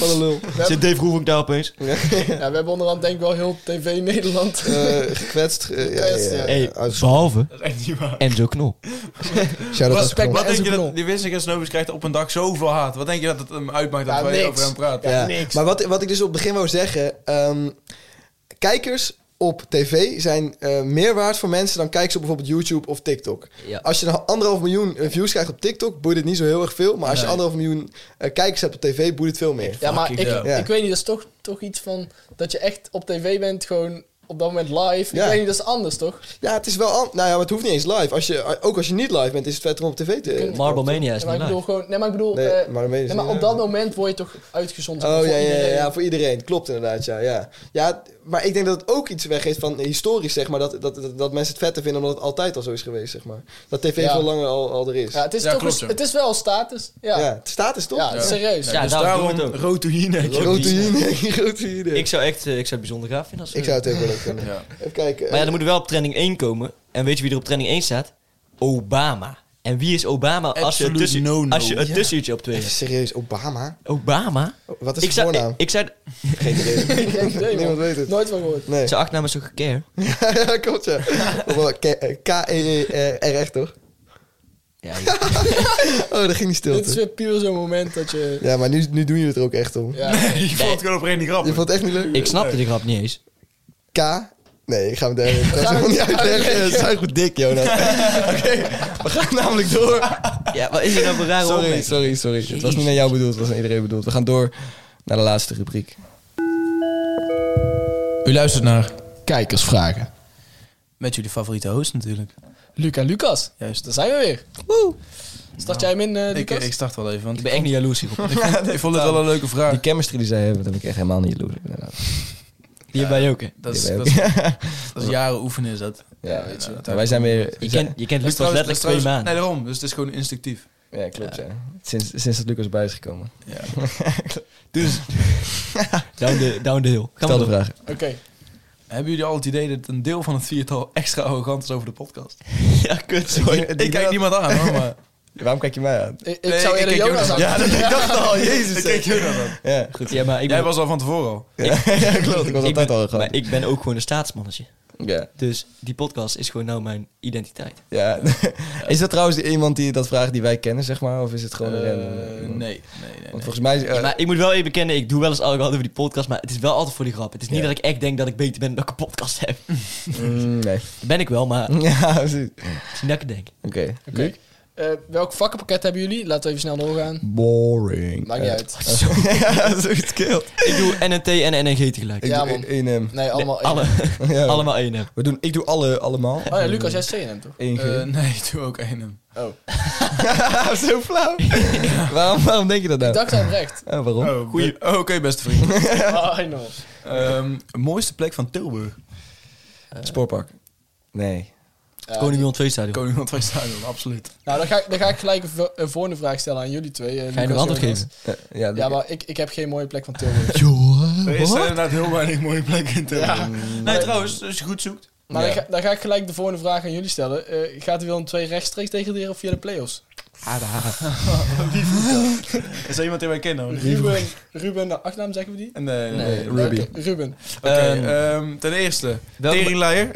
Wat een lul.
Zit Dave Roelvink daar opeens?
ja, we hebben onderhand denk ik wel heel TV Nederland.
Eh, gekwetst. eh, ja,
Gekwetst,
ja,
ja.
ja.
Hey,
Uitgesproken.
behalve
Dat is echt niet waar.
Enzo Knol.
Shout-out
Respect,
uitgesproken.
Wat
Enzo
denk je
Knol.
dat die Wissing en Snowbies krijgt op een dag zoveel haat? Wat denk je dat het hem uitmaakt dat
Ja,
wij
niks.
over hem praten?
Ja,
niks.
Maar wat, wat ik dus op het begin wou zeggen. ehm, kijkers op tv zijn eh, meer waard voor mensen dan kijkers op bijvoorbeeld YouTube of TikTok.
Ja.
Als je dan anderhalf miljoen eh, views krijgt op TikTok, boeit het niet zo heel erg veel. Maar als je anderhalf miljoen eh, kijkers hebt op tv, boeit het veel meer.
Ja, maar ik,
Fucking hell.
Ja.
ik weet niet, dat is toch, toch iets van dat je echt op tv bent, gewoon op dat moment live.
Ja.
Ik weet niet, dat is anders toch?
Ja, het is wel... an- Nou ja, maar het hoeft niet eens live. Als je, eh, ook als je niet live bent, is het vet om op tv te...
Kunt-
Marble Mania is
Ja, maar
niet
ik bedoel
live.
gewoon, nee, maar ik bedoel,
Nee,
eh,
maar dat meen je dus
nee,
niet,
maar op
ja.
dat moment word je toch uitgezonden.
Oh
Dus voor
ja, ja, ja,
iedereen.
ja, voor iedereen. Klopt inderdaad, ja, ja. Ja, maar ik denk dat het ook iets weggeeft van eh, historisch, zeg maar. Dat, dat, dat, dat mensen het vetter vinden omdat het altijd al zo is geweest, zeg maar. Dat tv
Ja.
veel langer al, al er is.
Ja,
Ja,
het is
Ja,
toch
klopt,
een-
ja.
het is wel een status. Ja, ja,
het staat is toch?
serieus.
Ja,
Dus
daarom
daarom
doen we het ook.
rood Jinek.
Grote hyene, grote hyene.
Ik zou echt eh, ik zou het bijzonder gaaf vinden als we-
Ik zou het ook wel leuk vinden.
Ja.
Even kijken.
Maar ja, dan moeten we wel op trending 1 komen. En weet je wie er op trending 1 staat? Obama. En wie is Obama als je, een
Absolute
tussen,
no-no.
als je een
Ja.
tussenuurtje op twee
Even
hebt?
serieus, Obama?
Obama?
Oh, Wat is
Ik
zijn
zei,
voornaam?
ik, ik zei,
Geen idee.
Geen idee, man.
Niemand weet het.
Nooit van gehoord.
Nee.
zijn achternaam is zo care.
ja, klopt ja. Of wel, K- eh, K-E-E-R-R, toch?
Ja,
Oh, dat ging niet stil.
Dit is weer puur zo'n moment dat je...
Ja, maar nu, nu doen jullie het er ook echt om.
Ja.
Je vond het gewoon oprecht niet
Je
grappig.
vond het echt niet leuk?
ik snapte die grap niet eens.
K. Nee, ik ga hem daar ik ga het helemaal niet uitleggen. Het is eigenlijk dik, Jonas. Oké, we gaan namelijk door.
Ja, wat is er nou voor rare
Sorry,
opmerking?
sorry, sorry. Het was niet naar jou bedoeld, het was naar iedereen bedoeld. We gaan door naar de laatste rubriek.
U luistert naar
Kijkersvragen.
met jullie favoriete host natuurlijk.
Luca Lucas.
Juist.
Daar zijn we weer. Woe! Start jij hem in, eh,
Ik,
Lucas?
ik start wel even, want
Ik
ik,
ben echt niet jaloers hierop.
ik vond het wel een leuke vraag.
Die chemistry die zij hebben, dat heb ik echt helemaal niet jaloers. op, inderdaad.
Hierbij ook, hè.
Dat is,
Die
dat,
ben
is, dat is jaren oefenen is dat.
Ja,
weet je wel.
maar wij zijn weer...
Je kent, je
Dat is
kent Lucas
trouwens-
letterlijk
dat is
twee
trouwens-
maanden.
Nee, daarom. Dus het is gewoon instinctief.
Ja, klopt, ja. Sinds, sinds dat Lucas bij is gekomen.
Ja.
Dus... down, the, down the hill. Ga maar
Stel de
door.
vraag.
Oké.
Hebben jullie al het idee dat een deel van het viertal extra arrogant is over de podcast?
Ja, kut, sorry.
Die- die
Ik kijk
dat-
niemand aan, hoor, maar...
Waarom kijk je mij aan?
Ik, ik
Nee,
zou
ik
eerder
kijk
Jonas
Jonas.
aan.
Ja, dat, ik dacht al, jezus.
Ik kijk
zeg.
je dan.
Ja, goed.
Ja, maar ik ben,
eh. Jij was al van tevoren al.
Ja, klopt. Ik was
ik ben,
altijd al gewoon.
Maar ik ben ook gewoon een staatsmannetje.
Ja.
Dus die podcast is gewoon nou mijn identiteit.
Ja. Is dat trouwens iemand die dat vraagt die wij kennen, zeg maar? Of is het gewoon een random?
Eh, nee, nee, nee.
Want
nee.
volgens mij... eh,
maar ik moet wel even bekennen, ik doe wel eens arrogant over die podcast, maar het is wel altijd voor die grap. Het is niet
Ja.
dat ik echt denk dat ik beter ben dan ik een podcast heb.
mm, nee.
Dat ben ik wel, maar het
Ja, precies.
is niet dat ik het denk.
Oké.
Oké. Eh, welk vakkenpakket hebben jullie? Laten we even snel doorgaan.
Boring.
Maakt niet uit.
Zo.
ja, zoiets keelt.
ik doe NNT en NNG tegelijk.
Ik
Ja,
doe
man.
één hem.
Nee, allemaal één.
Alle,
Ja.
allemaal één
We doen, ik doe alle allemaal.
Oh ja, Lucas, jij is CNN, toch?
Eén
Eh,
keer.
nee, ik doe ook één.
Oh.
Zo flauw. waarom, waarom denk je dat nou?
Ik dacht aan recht. Ah,
Oh, waarom?
Oh, goeie. Oh, Oké, beste vriend.
I know.
Ehm, mooiste plek van Tilburg.
eh.
Spoorpark. Nee.
Ja,
Koning Willem 2 stadion.
Koning van het Stadion, absoluut.
Nou, dan ga, ik- dan ga ik gelijk een vo- een volgende vraag stellen aan jullie twee. eh,
Ga je
Lucas,
nog antwoord
Jonas.
geven?
Eh, ja,
Ja, maar ik, ik heb geen mooie plek van Tilburg.
Er is eh, inderdaad heel weinig mooie plekken in Tilburg. Mm.
Ja.
Nee, trouwens, als je goed zoekt.
Maar
Ja.
dan, ga, dan ga ik gelijk de volgende vraag aan jullie stellen. Eh, gaat de Willem 2 rechtstreeks degraderen of via de play-offs?
Is er iemand die wij kennen? hoor?
Ruben, Ruben, de achternaam zeggen we die?
Nee, nee.
Nee.
Ruby.
Oké, Ruben.
Oké, ehm, ten eerste,
Welke-
teringleier.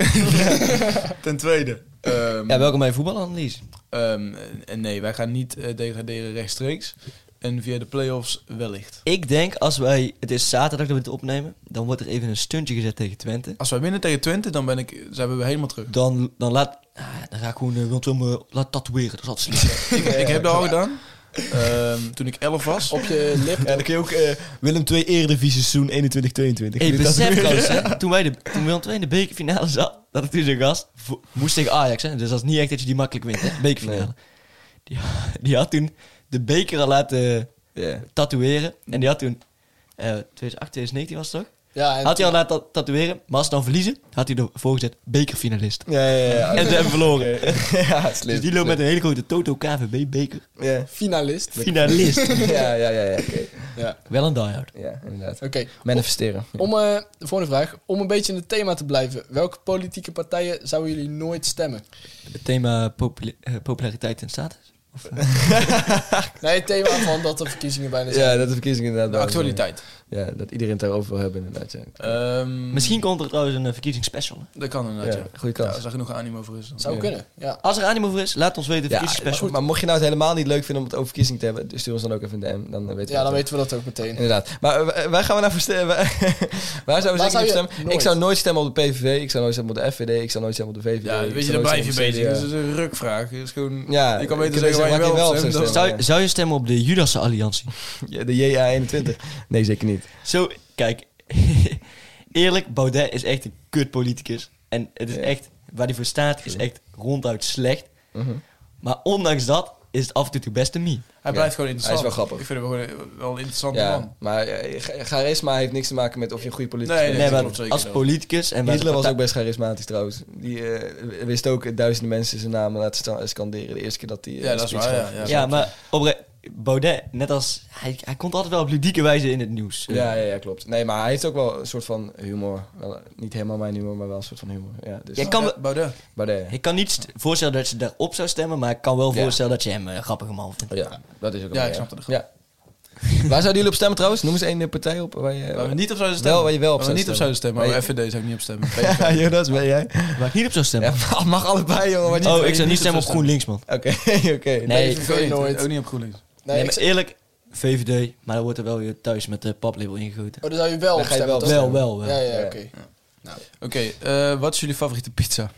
ten tweede, ehm,
Ja, welkom bij voetbalanalyse.
ehm, eh, nee, wij gaan niet eh, degraderen rechtstreeks. En via de play-offs wellicht.
Ik denk als wij, het is zaterdag dat we dit opnemen, dan wordt er even een stuntje gezet tegen Twente.
Als wij winnen tegen Twente, dan ben ik, zijn we helemaal terug.
Dan, dan laat, ah, dan ga ik gewoon eh, Willem II me laat tatoeëren. Dat is altijd slim.
ik, ik heb dat al gedaan. Ehm, toen ik 11 was.
Op je lip.
Ja, dan kun je ook eh, Willem 2 Eredivisie seizoen 21-22.
Ik besef trouwens, hè, toen, wij de, toen Willem II in de bekerfinale zat, dat het toen zo'n gast vo- moest tegen Ajax. Hè, dus dat is niet echt dat je die makkelijk wint, hè, bekerfinale. Die, die had toen de beker al laten
Ja.
tatoeëren. En die had toen, eh 2008, 2019 was het toch?
Ja, en
Had hij al laten ta- tatoeëren, maar als ze dan verliezen, had hij ervoor gezet bekerfinalist.
Ja, ja, ja.
En ze hebben verloren.
Ja,
Dus
slim.
die loopt met een hele grote Toto KVB beker.
Ja,
finalist.
Finalist.
ja, ja, ja. ja, oké.
Ja.
Wel een die-hard.
Ja, inderdaad.
Oké,
Manifesteren.
om, eh, de volgende vraag. Om een beetje in het thema te blijven. Welke politieke partijen zouden jullie nooit stemmen?
Het thema popula- eh, populariteit en status.
Nee, het thema van dat de verkiezingen bijna zijn.
Ja, dat de verkiezingen inderdaad.
De
wel-
actualiteit.
Ja, dat iedereen het daarover wil hebben inderdaad. Ja,
Ehm,
Misschien komt er trouwens een eh, verkiezingsspecial. hè?
Dat kan inderdaad, ja.
ja goede
Ja,
kans.
Als er genoeg animo voor is. Dan.
Zou kunnen, ja.
Als er animo voor is, laat ons weten.
Ja,
Verkiezingsspecial.
maar, maar mocht je nou het helemaal niet leuk vinden om het over verkiezingen te hebben, stuur ons dan ook even een DM. Dan eh, weten
Ja,
we
dan
het.
weten we dat ook meteen.
Inderdaad. Maar eh, waar gaan we nou voor stemmen? Waar- waar zouden
zou
we zeker
je
op stemmen?
nooit?
Ik zou nooit stemmen op de PVV, ik zou nooit stemmen op de FVD, ik zou nooit stemmen op de VVD.
Ja,
ik
weet je,
zou nooit
dan blijf je
stemmen op
bezig.
CDA.
Dus het is een rukvraag. Het is gewoon,
Ja,
je kan
ik kan
beter zeggen waar je wel, op
zou
stemt.
stemmen.
dan-
ja.
zou, zou je stemmen op de Judasse Alliantie?
Ja, de JA21. Nee, zeker niet.
Zo, kijk. Eerlijk, Baudet is echt een kut politicus. En het is
Ja. Mhm.
echt, waar hij voor staat, is echt ronduit slecht. Maar ondanks dat is het af en toe de beste mie.
Hij blijft gewoon interessant.
Hij is wel grappig.
Ik vind hem gewoon een- wel een interessante
Ja,
man.
maar eh, cha- charisma heeft niks te maken met of je een goede politicus
Nee,
bent.
nee,
Nee,
dat
maar
klopt zeker
als
wel.
politicus en bij de
Hitler was
partij-
ook best charismatisch trouwens. Die eh, wist ook duizenden mensen zijn namen laten sta- scanderen de eerste keer dat hij... eh,
Ja, dat is
speech
waar,
gaf.
ja,
Ja, maar opre- Baudet, net als hij, hij komt altijd wel op ludieke wijze in het nieuws.
Ja, ja, ja, klopt. Nee, maar hij heeft ook wel een soort van humor. Wel, eh, niet helemaal mijn humor, maar wel een soort van humor. Ja, dus,
Jij kan me-
Ja, Baudet.
Baudet.
Ik kan niet st- voorstellen dat je daarop zou stemmen, maar ik kan wel
Ja. Oh,
voorstellen dat je hem eh, een grappige man vindt.
Ja, dat is ook
Ja,
wel,
ik snap het.
Ja. Waar zouden jullie op stemmen trouwens? Noem eens één eh, partij op waar je...
Waar we niet op zouden
Wel,
stemmen.
waar je wel op
Waar we
zou
niet op
stemmen.
zouden stemmen. Maar
Maar
FVD zou ik niet op stemmen.
ja, Jonas, ben jij?
Waar ik niet op zou stemmen.
Ja, mag allebei, jongen. wat je-
oh, ik zou niet
niet
stemmen
op
op GroenLinks, man.
Oké, oké.
Nee,
Ik
nee,
weet
nooit.
nooit. Ook niet op GroenLinks.
Nee, ik
maar
zou-
eerlijk, VVD, maar dan wordt er wel weer thuis met de paplabel ingegoten.
Oh, dan zou je wel
Dan
op
ga je
stemmen,
wel
toch?
Wel, wel, wel.
Ja, ja,
Ja.
oké.
Oké, eh, wat is jullie favoriete pizza?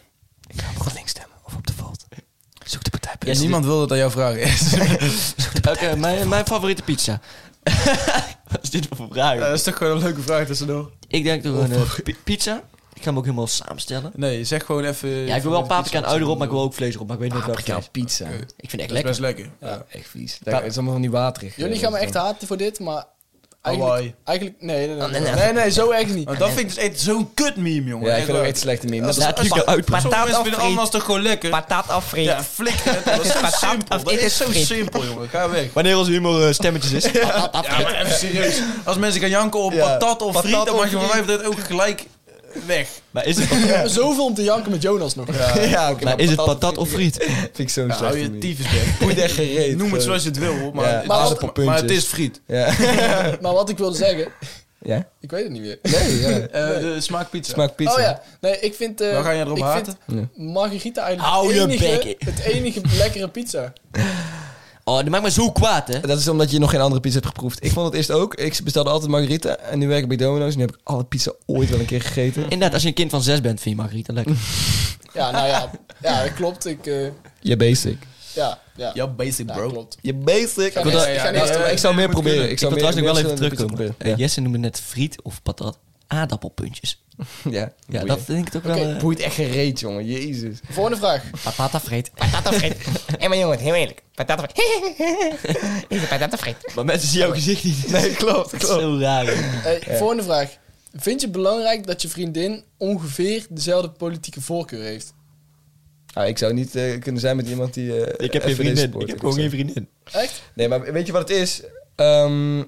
GroenLinks stemmen of op de valt. Zoek de partij.
Yes,
Niemand wil dat aan jou vragen.
dit- Oké, mijn, mijn favoriete pizza. Wat is dit voor vraag?
Ja, dat is toch gewoon een leuke vraag tussendoor.
ik denk toch een eh, pi- pizza. Ik ga hem ook helemaal samenstellen.
Nee, zeg gewoon even...
Ja, ik wil wel paprika en ui erop, maar ik wil ook vlees erop. Maar ik weet niet of dat vlees.
pizza.
Ik vind het echt
Dat is
lekker.
best lekker.
Ja, echt vies. Het is allemaal van die waterig.
Jullie
eh,
gaan me
dat
echt
dan.
haten voor dit, maar...
Hawaii.
Eigenlijk, eigenlijk nee, nee, nee, nee,
Ah, nee.
nee, nee, zo erg niet.
Want dat vind ik dus echt zo'n kut meme, jongen.
Ja, ik vind ook echt slechte meme. Dat is-
Laat Luca uitpraten.
Sommige mensen vinden ananas toch gewoon lekker?
Pataat afvreten.
Ja, flikker het. Dat is zo simpel. Dat is zo simpel, jongen. Ga weg.
Wanneer ons humor eh, stemmetjes is. Pataat
Ja,
afvreten.
maar even serieus. Als mensen gaan janken op
Ja.
patat of friet,
Patat
dan
of
mag je van mij
friet.
dit ook gelijk weg.
Maar is het,
Ik heb zoveel om te janken met Jonas nog.
Ja, oké.
maar is het patat of friet?
Vind ik zo'n
Hou
slechte
je
meme.
tyfus weg.
Moet echt gereed.
Noem het
gewoon.
zoals je het wil,
Ja,
maar, maar,
aardappelpuntjes.
het is friet.
Ja.
Maar wat ik wilde zeggen,
Ja?
ik weet het niet meer.
Nee, ja.
Eh de smaakpizza.
Smaak pizza.
Oh ja, nee, ik vind... eh
Waar ga je erop
ik
haten?
Vind Margarita
Hou
eigenlijk
je
het enige,
bek.
het enige lekkere pizza.
Oh, dat maakt me zo kwaad, hè?
Dat is omdat je nog geen andere pizza hebt geproefd. Ik vond het eerst ook. Ik bestelde altijd margarita. En nu werk ik bij Domino's. En nu heb ik alle pizza ooit wel een keer gegeten.
Inderdaad, als je een kind van zes bent, vind je Margriet lekker.
Ja, nou ja, ja dat klopt. Ik, eh,
Je basic.
ja, ja,
Ja, basic
Ja,
Nou,
bro.
klopt.
Je basic.
Ik wil dat- ik ga niks doen.
Ik zou meer proberen. Ik
Ik
zou
wil
meer-
trouwens nog
meer
wel even
verschillende
terugkomen.
pizza's
Eh, Jesse noemde net friet of patat. Aardappelpuntjes.
proberen. Ja,
Ja,
boeien.
dat vind ik toch wel...
Oké.
eh,
boeit echt gereed, jongen. Jezus.
Volgende vraag.
Patata vreet.
En mijn jongen, heel eerlijk. Patata Is het patata
Maar mensen zien jouw gezicht niet. Nee, klopt. Dat is zo raar. joh.
Hey, Eh, Volgende vraag. Vind je het belangrijk dat je vriendin ongeveer dezelfde politieke voorkeur heeft?
Ah, ik zou niet eh, kunnen zijn met iemand die... eh,
Ik heb geen
FVD
vriendin.
support.
Ik heb gewoon
zou-
geen vriendin.
Echt?
Nee, maar weet je wat het is? Ehm,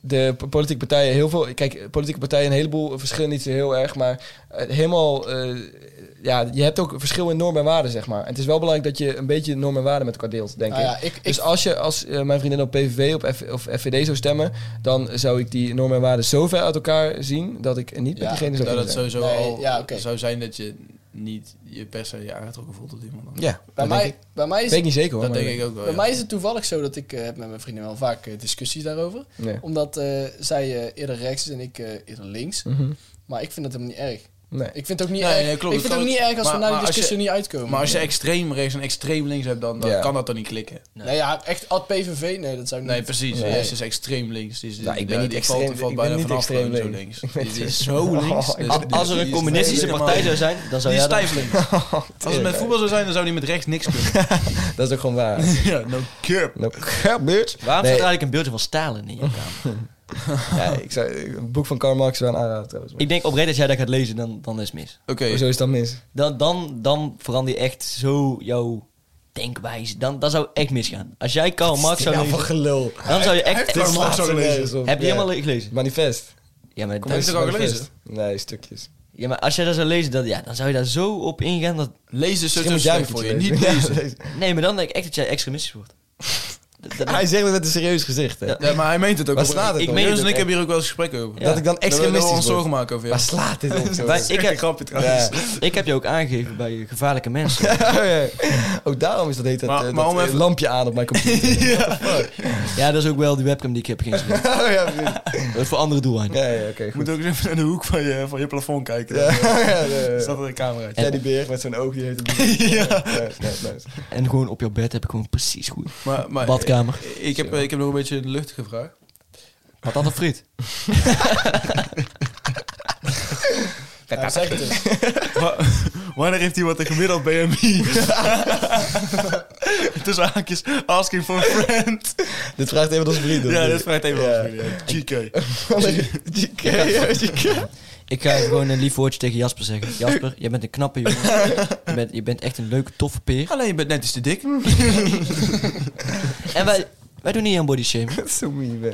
de po- politieke partijen, heel veel. Kijk, politieke partijen, een heleboel verschillen niet zo heel erg. Maar eh, helemaal. eh, ja, je hebt ook verschil in normen en waarden, zeg maar. En het is wel belangrijk dat je een beetje normen en waarden met elkaar deelt, denk
Nou
ik.
ja, ik, ik,
Dus als, je, als eh, mijn vriendin op PVV op F- of FVD zou stemmen, dan zou ik die normen en waarden zo ver uit elkaar zien dat ik niet
Ja,
met diegene zou
Dat
kunnen
het
zijn.
sowieso
Nee,
al
ja, oké.
zou zijn dat je niet je per se je aangetrokken voelt tot iemand anders.
Ja, dat
bij,
denk
mij,
ik.
bij, mij is,
Weet ik niet zeker hoor.
Dat
maar-
denk ik ook wel.
bij
Oh, ja.
mij is het toevallig zo dat ik eh, heb met mijn vriendin wel vaak eh, discussies daarover.
Nee.
Omdat eh, zij eh, eerder rechts is en ik eh, eerder links.
Mhm.
Maar ik vind dat helemaal niet erg.
Nee.
Ik vind het ook niet
Hm. Nee,
erg,
nee, klopt,
ik vind
dat
het ook
kan
niet
ook.
erg als we naar
Maar-
die
maar als
discussie
je-
niet uitkomen.
Maar als je extreem rechts en extreem links hebt, dan, dan
Ja.
kan dat toch niet klikken?
nee, ja, echt ad PVV, nee, dat zou ik
Nee,
niet.
precies.
Nee.
Hij is dus extreem links. Die is,
Nou, ik ben
ja,
niet
die
extreem-
valt, valt
ik
bijna
ben niet
vanaf
extreem
gewoon zo
links.
links. Die is zo links. Dus
Als-
die-
Als er
die
een
is
communistische
helemaal-
partij zou zijn, dan zou
Die is
jij dat...
stijf links. Als het met voetbal zou zijn, dan zou die met rechts niks kunnen.
Dat is ook gewoon waar.
ja, no cap.
Nou, bitch.
Waarom
Nee.
staat er eigenlijk een beeldje van Stalin in je kamer?
Ja, ik zou, het boek van Karl Marx zou een aanrader trouwens. maar-
Ik denk oprecht dat jij dat gaat lezen, dan, dan is het mis.
Oké,
Hoezo is dat mis?
Dan, dan, dan verander je echt zo jouw denkwijze, dan, dan zou echt misgaan. Als jij Karl Marx zou
Ja,
lezen,
van nou gelul.
dan zou je echt...
Dit slaat
zou
er
lezen.
nergens op.
Heb je
Ja.
helemaal gelezen?
Manifest.
Ja maar,
Heb je
dat-
het ook al gelezen?
Nee, stukjes.
ja, maar als jij dat zou lezen, dat, ja, dan zou je daar zo op ingaan dat...
Lees de
Misschien moet jij
stuk
een
voor je.
keertje
Niet
lezen.
lezen.
Nee, maar dan denk ik echt dat jij extremistisch wordt. Dat- dat-
Hij zegt het met een serieus gezicht, hè?
Ja, maar hij meent het ook.
Waar
wel.
slaat het
ik
op?
meen
Jonas
het en
en
ik
ik
hebben hier ook wel eens gesprekken over.
Dat ik dan
Daar
extremistisch
ons
word.
zorgen maken over.
Waar slaat dit op? joh?
Wij- ik, heb,
grapje trouwens.
Ja.
ik heb je ook aangegeven bij eh, gevaarlijke mensen.
Oh, Ook daarom is dat heet dat,
Maar-
eh,
maar
dat,
om
eh,
even-
lampje aan op mijn computer.
Ja, dat is ook wel die webcam die ik heb geïnstalleerd.
oh, ja, precies.
Dat is voor andere doeleinden.
ja, ja, oké.
Je moet ook eens even naar de hoek van je, van je plafond kijken.
Ja, ja, ja,
Dan
ja.
staat er een camera.
Teddy Beer met zo'n oogje. heet het.
ja.
Ja, ja, nice.
En gewoon op jouw bed heb ik gewoon precies goed.
Maar, maar
Badkamer.
ik, heb, eh, ik heb nog een beetje een luchtige vraag.
Wat had een friet?
Ja, zeg het eens.
Wa- Wanneer heeft iemand een gemiddeld BMI? Tussen haakjes, asking for a friend.
Dit vraagt even onze dus. vrienden.
Ja, dat vraagt even
Ja.
af. GK.
GK, ja, GK.
Ik ga even gewoon een lief woordje tegen Jasper zeggen. Jasper, jij bent een knappe jongen. Je bent, je bent echt een leuke, toffe peer.
Alleen je bent net eens te dik.
En wij, wij doen niet aan body shaming.
Dat is zo mean, man.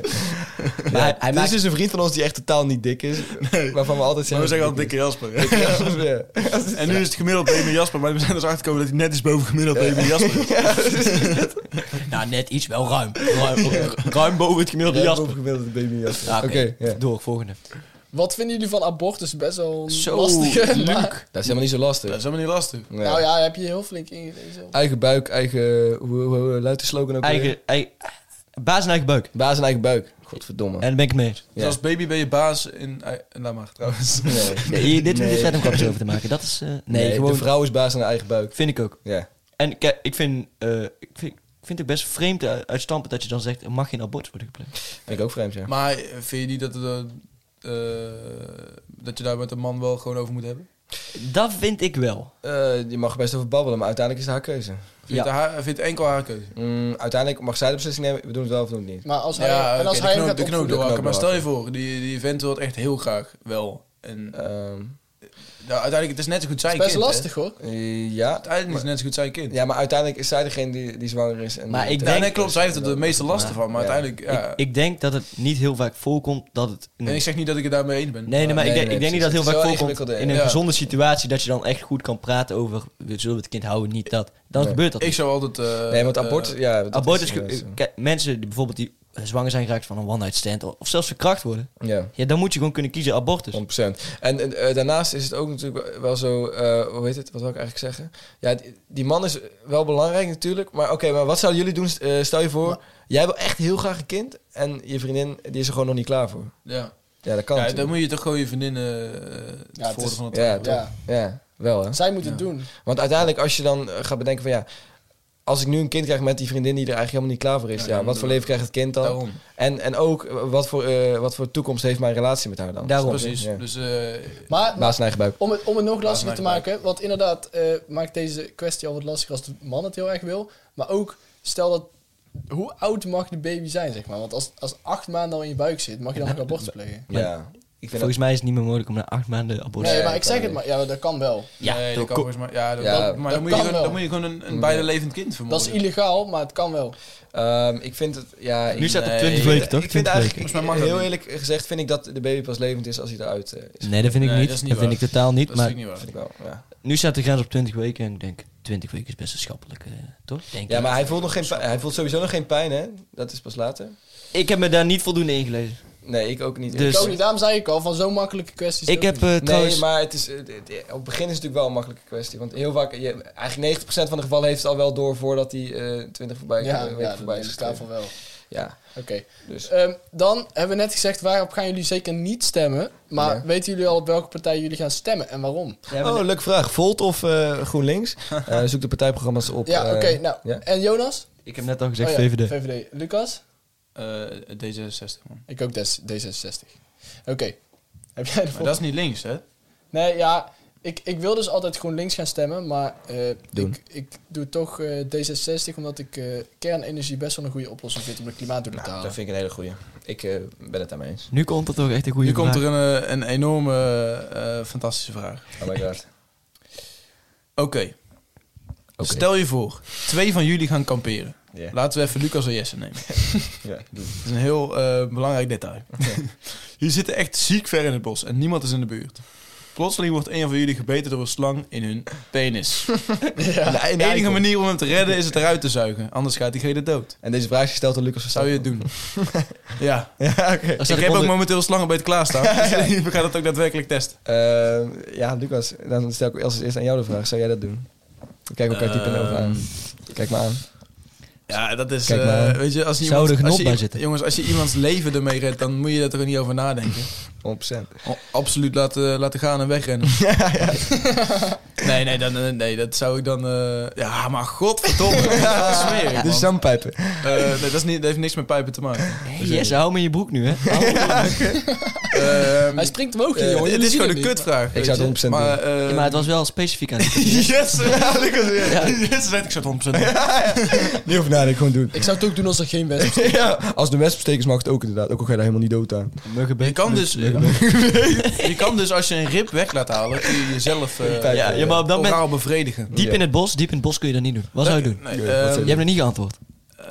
Maar hij, hij
Dit
maakt...
is dus een vriend van ons die echt totaal niet dik is. Waarvan we altijd
Maar
zeggen...
we zeggen al dikke Jasper. hè?
Ja,
En nu is het gemiddeld BMI Jasper, maar we zijn er dus achterkomen dat hij net is boven gemiddeld BMI Jasper. is.
Nou, net iets wel ruim. Ruim, ruim boven het gemiddelde Jasper.
Bovengemiddelde baby Jasper.
Ah, Oké,
Oké, ja.
door, volgende.
Wat vinden jullie van abortus? Best wel een
Zo,
lastige.
Luc.
maar-
Dat is helemaal niet zo lastig.
Dat is helemaal niet lastig.
Nee.
Nou ja, heb je heel flink ingelezen.
Eigen buik, eigen... Hoe, hoe, hoe luidt de slogan ook alweer?
Eigen, ei- baas en eigen buik.
Baas en eigen buik. Godverdomme.
En daar ben ik het mee eens.
Dus als baby ben je baas in... eh, Laat maar, trouwens.
Nee.
Nee, dit dit gaat hem grapjes over te maken. Dat is... eh, nee,
Nee,
gewoon...
de vrouw is baas aan haar eigen buik.
Vind ik ook.
Ja.
En kijk, ik vind, eh, ik vind, ik vind het best vreemd eh, uitstampend dat je dan zegt, er mag geen abortus worden gepleegd.
Vind ik ook vreemd, ja.
Maar eh, vind je niet dat, het, eh, eh, dat je daar met een man wel gewoon over moet hebben?
Dat vind ik wel.
Eh, je mag er best over babbelen, maar uiteindelijk is het haar keuze.
Vindt,
Ja.
haar, vindt enkel haar keuze?
Mm, uiteindelijk mag zij de beslissing nemen, we doen het wel of doen het niet.
Maar als hij,
Ja,
en als hij
oké, de
hem
knoop,
gaat
de knoop
opvoeden.
doorhakken. Maar stel je voor, die, die vent wil het echt heel graag wel. En
Ehm,
nou, uiteindelijk, het is net zo goed zijn
Best
kind. hè?
lastig hoor.
eh, ja.
Uiteindelijk is het net zo goed zijn kind. Ja,
ja, maar uiteindelijk is zij degene die, die zwanger is. En
Maar
die-
ik
Ja,
denk-
nee, klopt. Zij heeft er de meeste last van. Maar
Ja.
uiteindelijk, ja.
Ik, ik denk dat het niet heel vaak voorkomt dat het...
en ik zeg niet dat ik het daarmee eens ben.
nee, nee, maar ik
nee,
denk,
nee,
ik denk
precies.
niet dat het heel
Het
vaak
is wel
voorkomt
ingewikkeld,
in een
ja.
gezonde situatie dat je dan echt goed kan praten over, we zullen het kind houden, niet dat. Dan
Nee.
gebeurt dat
Ik
niet.
zou altijd... eh,
nee, want
eh,
abortus... ja, dat
Abortus,
is-
ge- kijk, mensen die bijvoorbeeld die eh, zwanger zijn geraakt van een one-night stand of of zelfs verkracht worden,
ja.
ja, dan moet je gewoon kunnen kiezen abortus.
100%. En, en, eh, daarnaast is het ook natuurlijk wel zo, eh, hoe heet het, wat wil ik eigenlijk zeggen? Ja, die, die man is wel belangrijk natuurlijk, maar oké, maar wat zouden jullie doen? St- eh, stel je voor, jij wil echt heel graag een kind en je vriendin die is er gewoon nog niet klaar voor.
Ja.
Ja, dat kan
ja, dan
natuurlijk.
moet je toch gewoon je vriendin eh
Ja, het
voor
is-
van het
Ja, toch?
Ja.
Ja, wel hè.
Zij moet het doen.
Want uiteindelijk als je dan eh, gaat bedenken van ja, als ik nu een kind krijg met die vriendin die er eigenlijk helemaal niet klaar voor is, ja, wat voor leven krijgt het kind dan?
Daarom.
En, en ook, eh, wat voor, eh, wat voor toekomst heeft mijn relatie met haar dan?
Daarom.
Snap je?
Precies.
Ja.
Dus eh,
Maar
Baas en eigen buik.
om het, om het nog
is
lastiger
mijn
te maken, want inderdaad eh, maakt deze kwestie al wat lastiger als de man het heel erg wil. Maar ook, stel dat, hoe oud mag de baby zijn, zeg maar? Want als, als acht maanden al in je buik zit, mag je dan nog abortus plegen?
Maar-
Ja. Ik vind
Volgens mij is het niet meer mogelijk om na acht maanden
Nee,
abortus
ja,
maar
dat
ik
kan
zeg het
niet.
maar. Ja, dat kan wel.
Ja,
nee,
door
dat kan
ko-
volgens mij- ja, dat-
Ja,
dat- maar
dat
dan moet, je
kan
gewoon, dan
wel.
moet je gewoon een, een beide levend kind
Dat is
vermoorden.
illegaal, maar het kan wel.
Ehm, ik vind het, ja... ik-
Nu staat
Nee,
het 20
ik-
weken, toch?
Ik vind
20 weken.
eigenlijk,
Volgens mij mag dat
heel
niet.
eerlijk gezegd, vind ik dat de baby pas levend is als hij eruit eh, is.
Nee, dat vind ik
Nee, dat
niet. Dat,
is niet
vind
waar.
ik totaal niet.
Dat is
maar
natuurlijk niet waar.
Vind ik wel, ja.
nu staat de grens op 20 weken. En ik denk, 20 weken is best een schappelijk, eh, toch? Denk
ja,
ik.
maar hij voelt, nog geen pijn- hij voelt sowieso nog geen pijn, hè? Dat is pas later.
Ik heb me daar niet voldoende ingelezen.
Nee, ik ook niet.
Dus-
Ik ook niet, daarom zei ik al, van zo'n makkelijke kwesties.
Ik heb eh, trouwens...
Nee, maar het is, eh, het- het- op het begin is het natuurlijk wel een makkelijke kwestie. Want heel vaak, je, eigenlijk 90% van de gevallen heeft het al wel door voordat die eh 20 voorbij,
Ja,
eh,
ja,
weken
dat
voorbij
neem
is.
ik daarvan
geschreven.
wel.
Ja,
Oké.
dus.
Ehm, dan hebben we net gezegd waarop gaan jullie zeker niet stemmen. Maar
Ja.
weten jullie al op welke partij jullie gaan stemmen en waarom?
Oh, leuke vraag. Volt of eh, GroenLinks? Eh, zoek de partijprogramma's op.
Ja,
eh,
oké. nou,
ja.
en Jonas?
Ik heb net al gezegd
Oh ja,
VVD.
VVD. Lucas?
Eh, D66, man.
Ik ook des- D66. Oké. Heb jij de
Maar
volgende?
dat is niet links, hè?
Nee, ja. Ik, ik wil dus altijd GroenLinks gaan stemmen, maar eh,
Doen.
ik, ik doe toch eh, D66 omdat ik eh, kernenergie best wel een goede oplossing vind om de klimaatdoelen te
Nou,
halen.
dat vind ik een hele goeie. Ik eh, ben het daarmee eens.
Nu komt er toch echt een goede
Nu
vraag.
komt er een, eh, een enorme, eh, fantastische vraag.
Oh my god.
Oké,
Oké.
Stel je voor, twee van jullie gaan kamperen.
Ja.
Laten we even Lucas en Jesse nemen.
Ja, doe.
Dat is een heel eh, belangrijk detail. jullie zitten echt ziek ver in het bos en niemand is in de buurt. Plotseling wordt een van jullie gebeten door een slang in hun penis. En de enige manier om hem te redden is het eruit te zuigen. Anders gaat diegene dood.
En deze vraag is gesteld door Lucas
Zou je het doen? ja.
Ja, oké.
Ik heb ook momenteel slangenbeet klaarstaan. Dus we gaan het ook daadwerkelijk testen.
Eh, ja, Lucas, dan stel ik als eerst aan jou de vraag. Zou jij dat doen? Ik Kijk elkaar diep in de ogen aan. Kijk me aan.
Ja, dat is.
Kijk
eh,
maar.
weet je, als je
Zou
iemand,
er genot
als je,
bij zitten?
Jongens, als je iemands leven ermee redt, dan moet je daar toch niet over nadenken.
100%.
O- Absoluut laten, laten gaan en wegrennen. nee, nee, dan, eh, nee, dat zou ik dan. eh, ja, maar godverdomme. dat is wel smerig,
Dus
man.
zandpijpen.
Eh, nee, dat, is niet, dat heeft niks met pijpen te maken.
Hey, Jesse, hou me in je broek nu, hè? Hou me-
Ehm,
Hij springt omhoog,
eh,
joh.
het
Jullie
is
zien
gewoon
het
een
niet.
kutvraag. weet
zou het
je.
100%
maar, eh,
Ja, maar het was wel specifiek aan
Yes, ja, ik was weer. Yes, weet ik zou het 100% doen.
Niet over nadenken, gewoon doen.
Ik zou het ook doen als er geen wedstrijd is.
ja, als de wespensteekers mag het ook inderdaad. Ook al ga je daar helemaal niet dood aan.
Je kan dus, je kan dus als je een rib weg laat halen, kun je jezelf eh
Ja, ja, maar op dat moment,
oraal bevredigen.
diep in het bos, diep in het bos kun je dat niet doen. Wat zou je doen?
Nee,
Ja,
ehm,
wat
Je hebt nog niet geantwoord.
eh,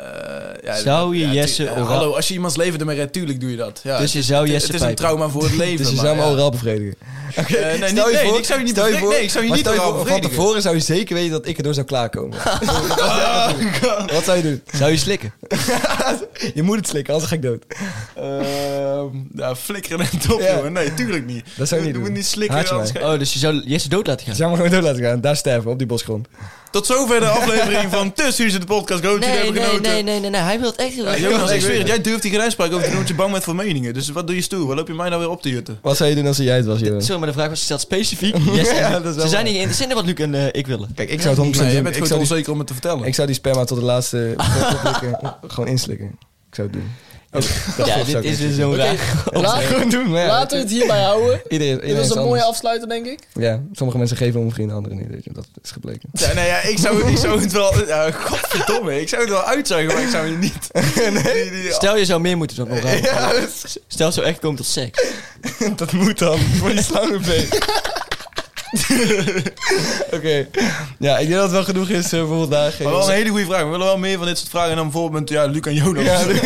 ja,
Zou je
ja,
Jesse
tu- eh,
oraal-
Hallo, als je iemands leven ermee redt, tuurlijk doe je dat. Ja,
Dus je zou
het-
Jesse
Het is een
pijpen.
trauma voor het leven.
Dus je
maar
zou me
ja.
al raal bevredigen.
Eh, nee, niet-
Stel je
nee,
voor-
ik zou je niet
stel je
bevredigen.
voor-
Nee, ik zou je
maar
niet
stel
oraal
voor- Van
bevredigen.
tevoren zou je zeker weten dat ik erdoor zou klaarkomen. Wat zou je doen?
Zou je slikken?
Je moet het slikken, anders ga ik dood.
Ehm, ja, flikkeren en top,
Ja.
jongen. Nee, tuurlijk niet.
Dat zou je niet
Je
doen.
moet niet slikken.
Haat je
anders ga je-
Oh, dus je zou Jesse dood laten gaan?
Zou maar gewoon dood laten gaan. Daar sterven, op die bosgrond.
Tot zover de aflevering van Tussen Huizen de podcast. Goed, jullie
Nee,
hebben
nee,
genoten.
nee, nee, nee, nee. Hij wil het echt.
Ja, Jonas, ik zweer het, jij durft hier geen uitspraak over te doen, want je bang bent voor meningen. Dus wat doe je stoer? Waar loop je mij nou weer op te jutten?
Wat zou je doen als jij het was, Jonas?
Sorry, maar de vraag was gesteld specifiek. Jesse,
Ja, dat is wel
ze zijn
waar.
niet geïnteresseerd in wat Luc en eh, ik willen.
Kijk, ik zou het 100%
Nee, jij
doen.
bent
ik,
gewoon
zou die,
onzeker om het te vertellen.
ik zou die sperma tot de laatste opdrukken. gewoon inslikken. Ik zou het doen.
Ja,
zou ik
dit
niet
is weer zo'n raar.
Laat-
Gewoon doen, maar ja,
Laten we het hierbij houden.
Iedereen,
Dit
iedereen
was
is
een mooie
anders.
afsluiter, denk ik.
Ja, sommige mensen geven om vrienden, anderen niet. weet je. Dat is gebleken.
Ja, nee, ja, ik, zou, ik zou het wel... Ja, godverdomme, ik zou het wel uitzuigen, maar ik zou je niet... nee,
Stel je zou meer moeten doen. nog raar. Stel zo echt komen tot seks.
dat moet dan. Voor die slangenbeen. Oké. Ja, ik denk dat het wel genoeg is eh, voor vandaag.
Maar wel een hele goede vraag. We willen wel meer van dit soort vragen. En dan bijvoorbeeld met, ja, Luc en Jonas.
Ja, Jonas.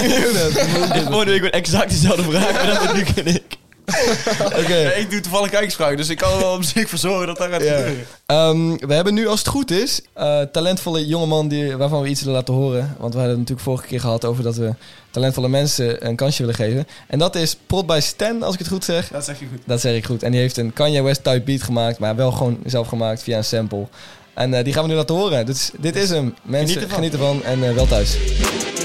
Volgende week wordt exact dezelfde vraag, maar dan met Luc en ik.
Oké.
Ja, ik doe toevallig kijksvragen, dus ik kan er wel op zich voor zorgen dat daar gaat
Ja.
gebeuren.
Ehm, we hebben nu, als het goed is, eh, talentvolle jongeman die, waarvan we iets willen laten horen. Want we hadden het natuurlijk vorige keer gehad over dat we talentvolle mensen een kansje willen geven. En dat is Prod by Stan, als ik het goed zeg.
Dat zeg je goed.
Dat zeg ik goed. En die heeft een Kanye West type beat gemaakt, maar wel gewoon zelf gemaakt via een sample. En eh, die gaan we nu laten horen. Dus dit is hem. Mensen,
ervan.
genieten ervan en eh, wel thuis.
Prod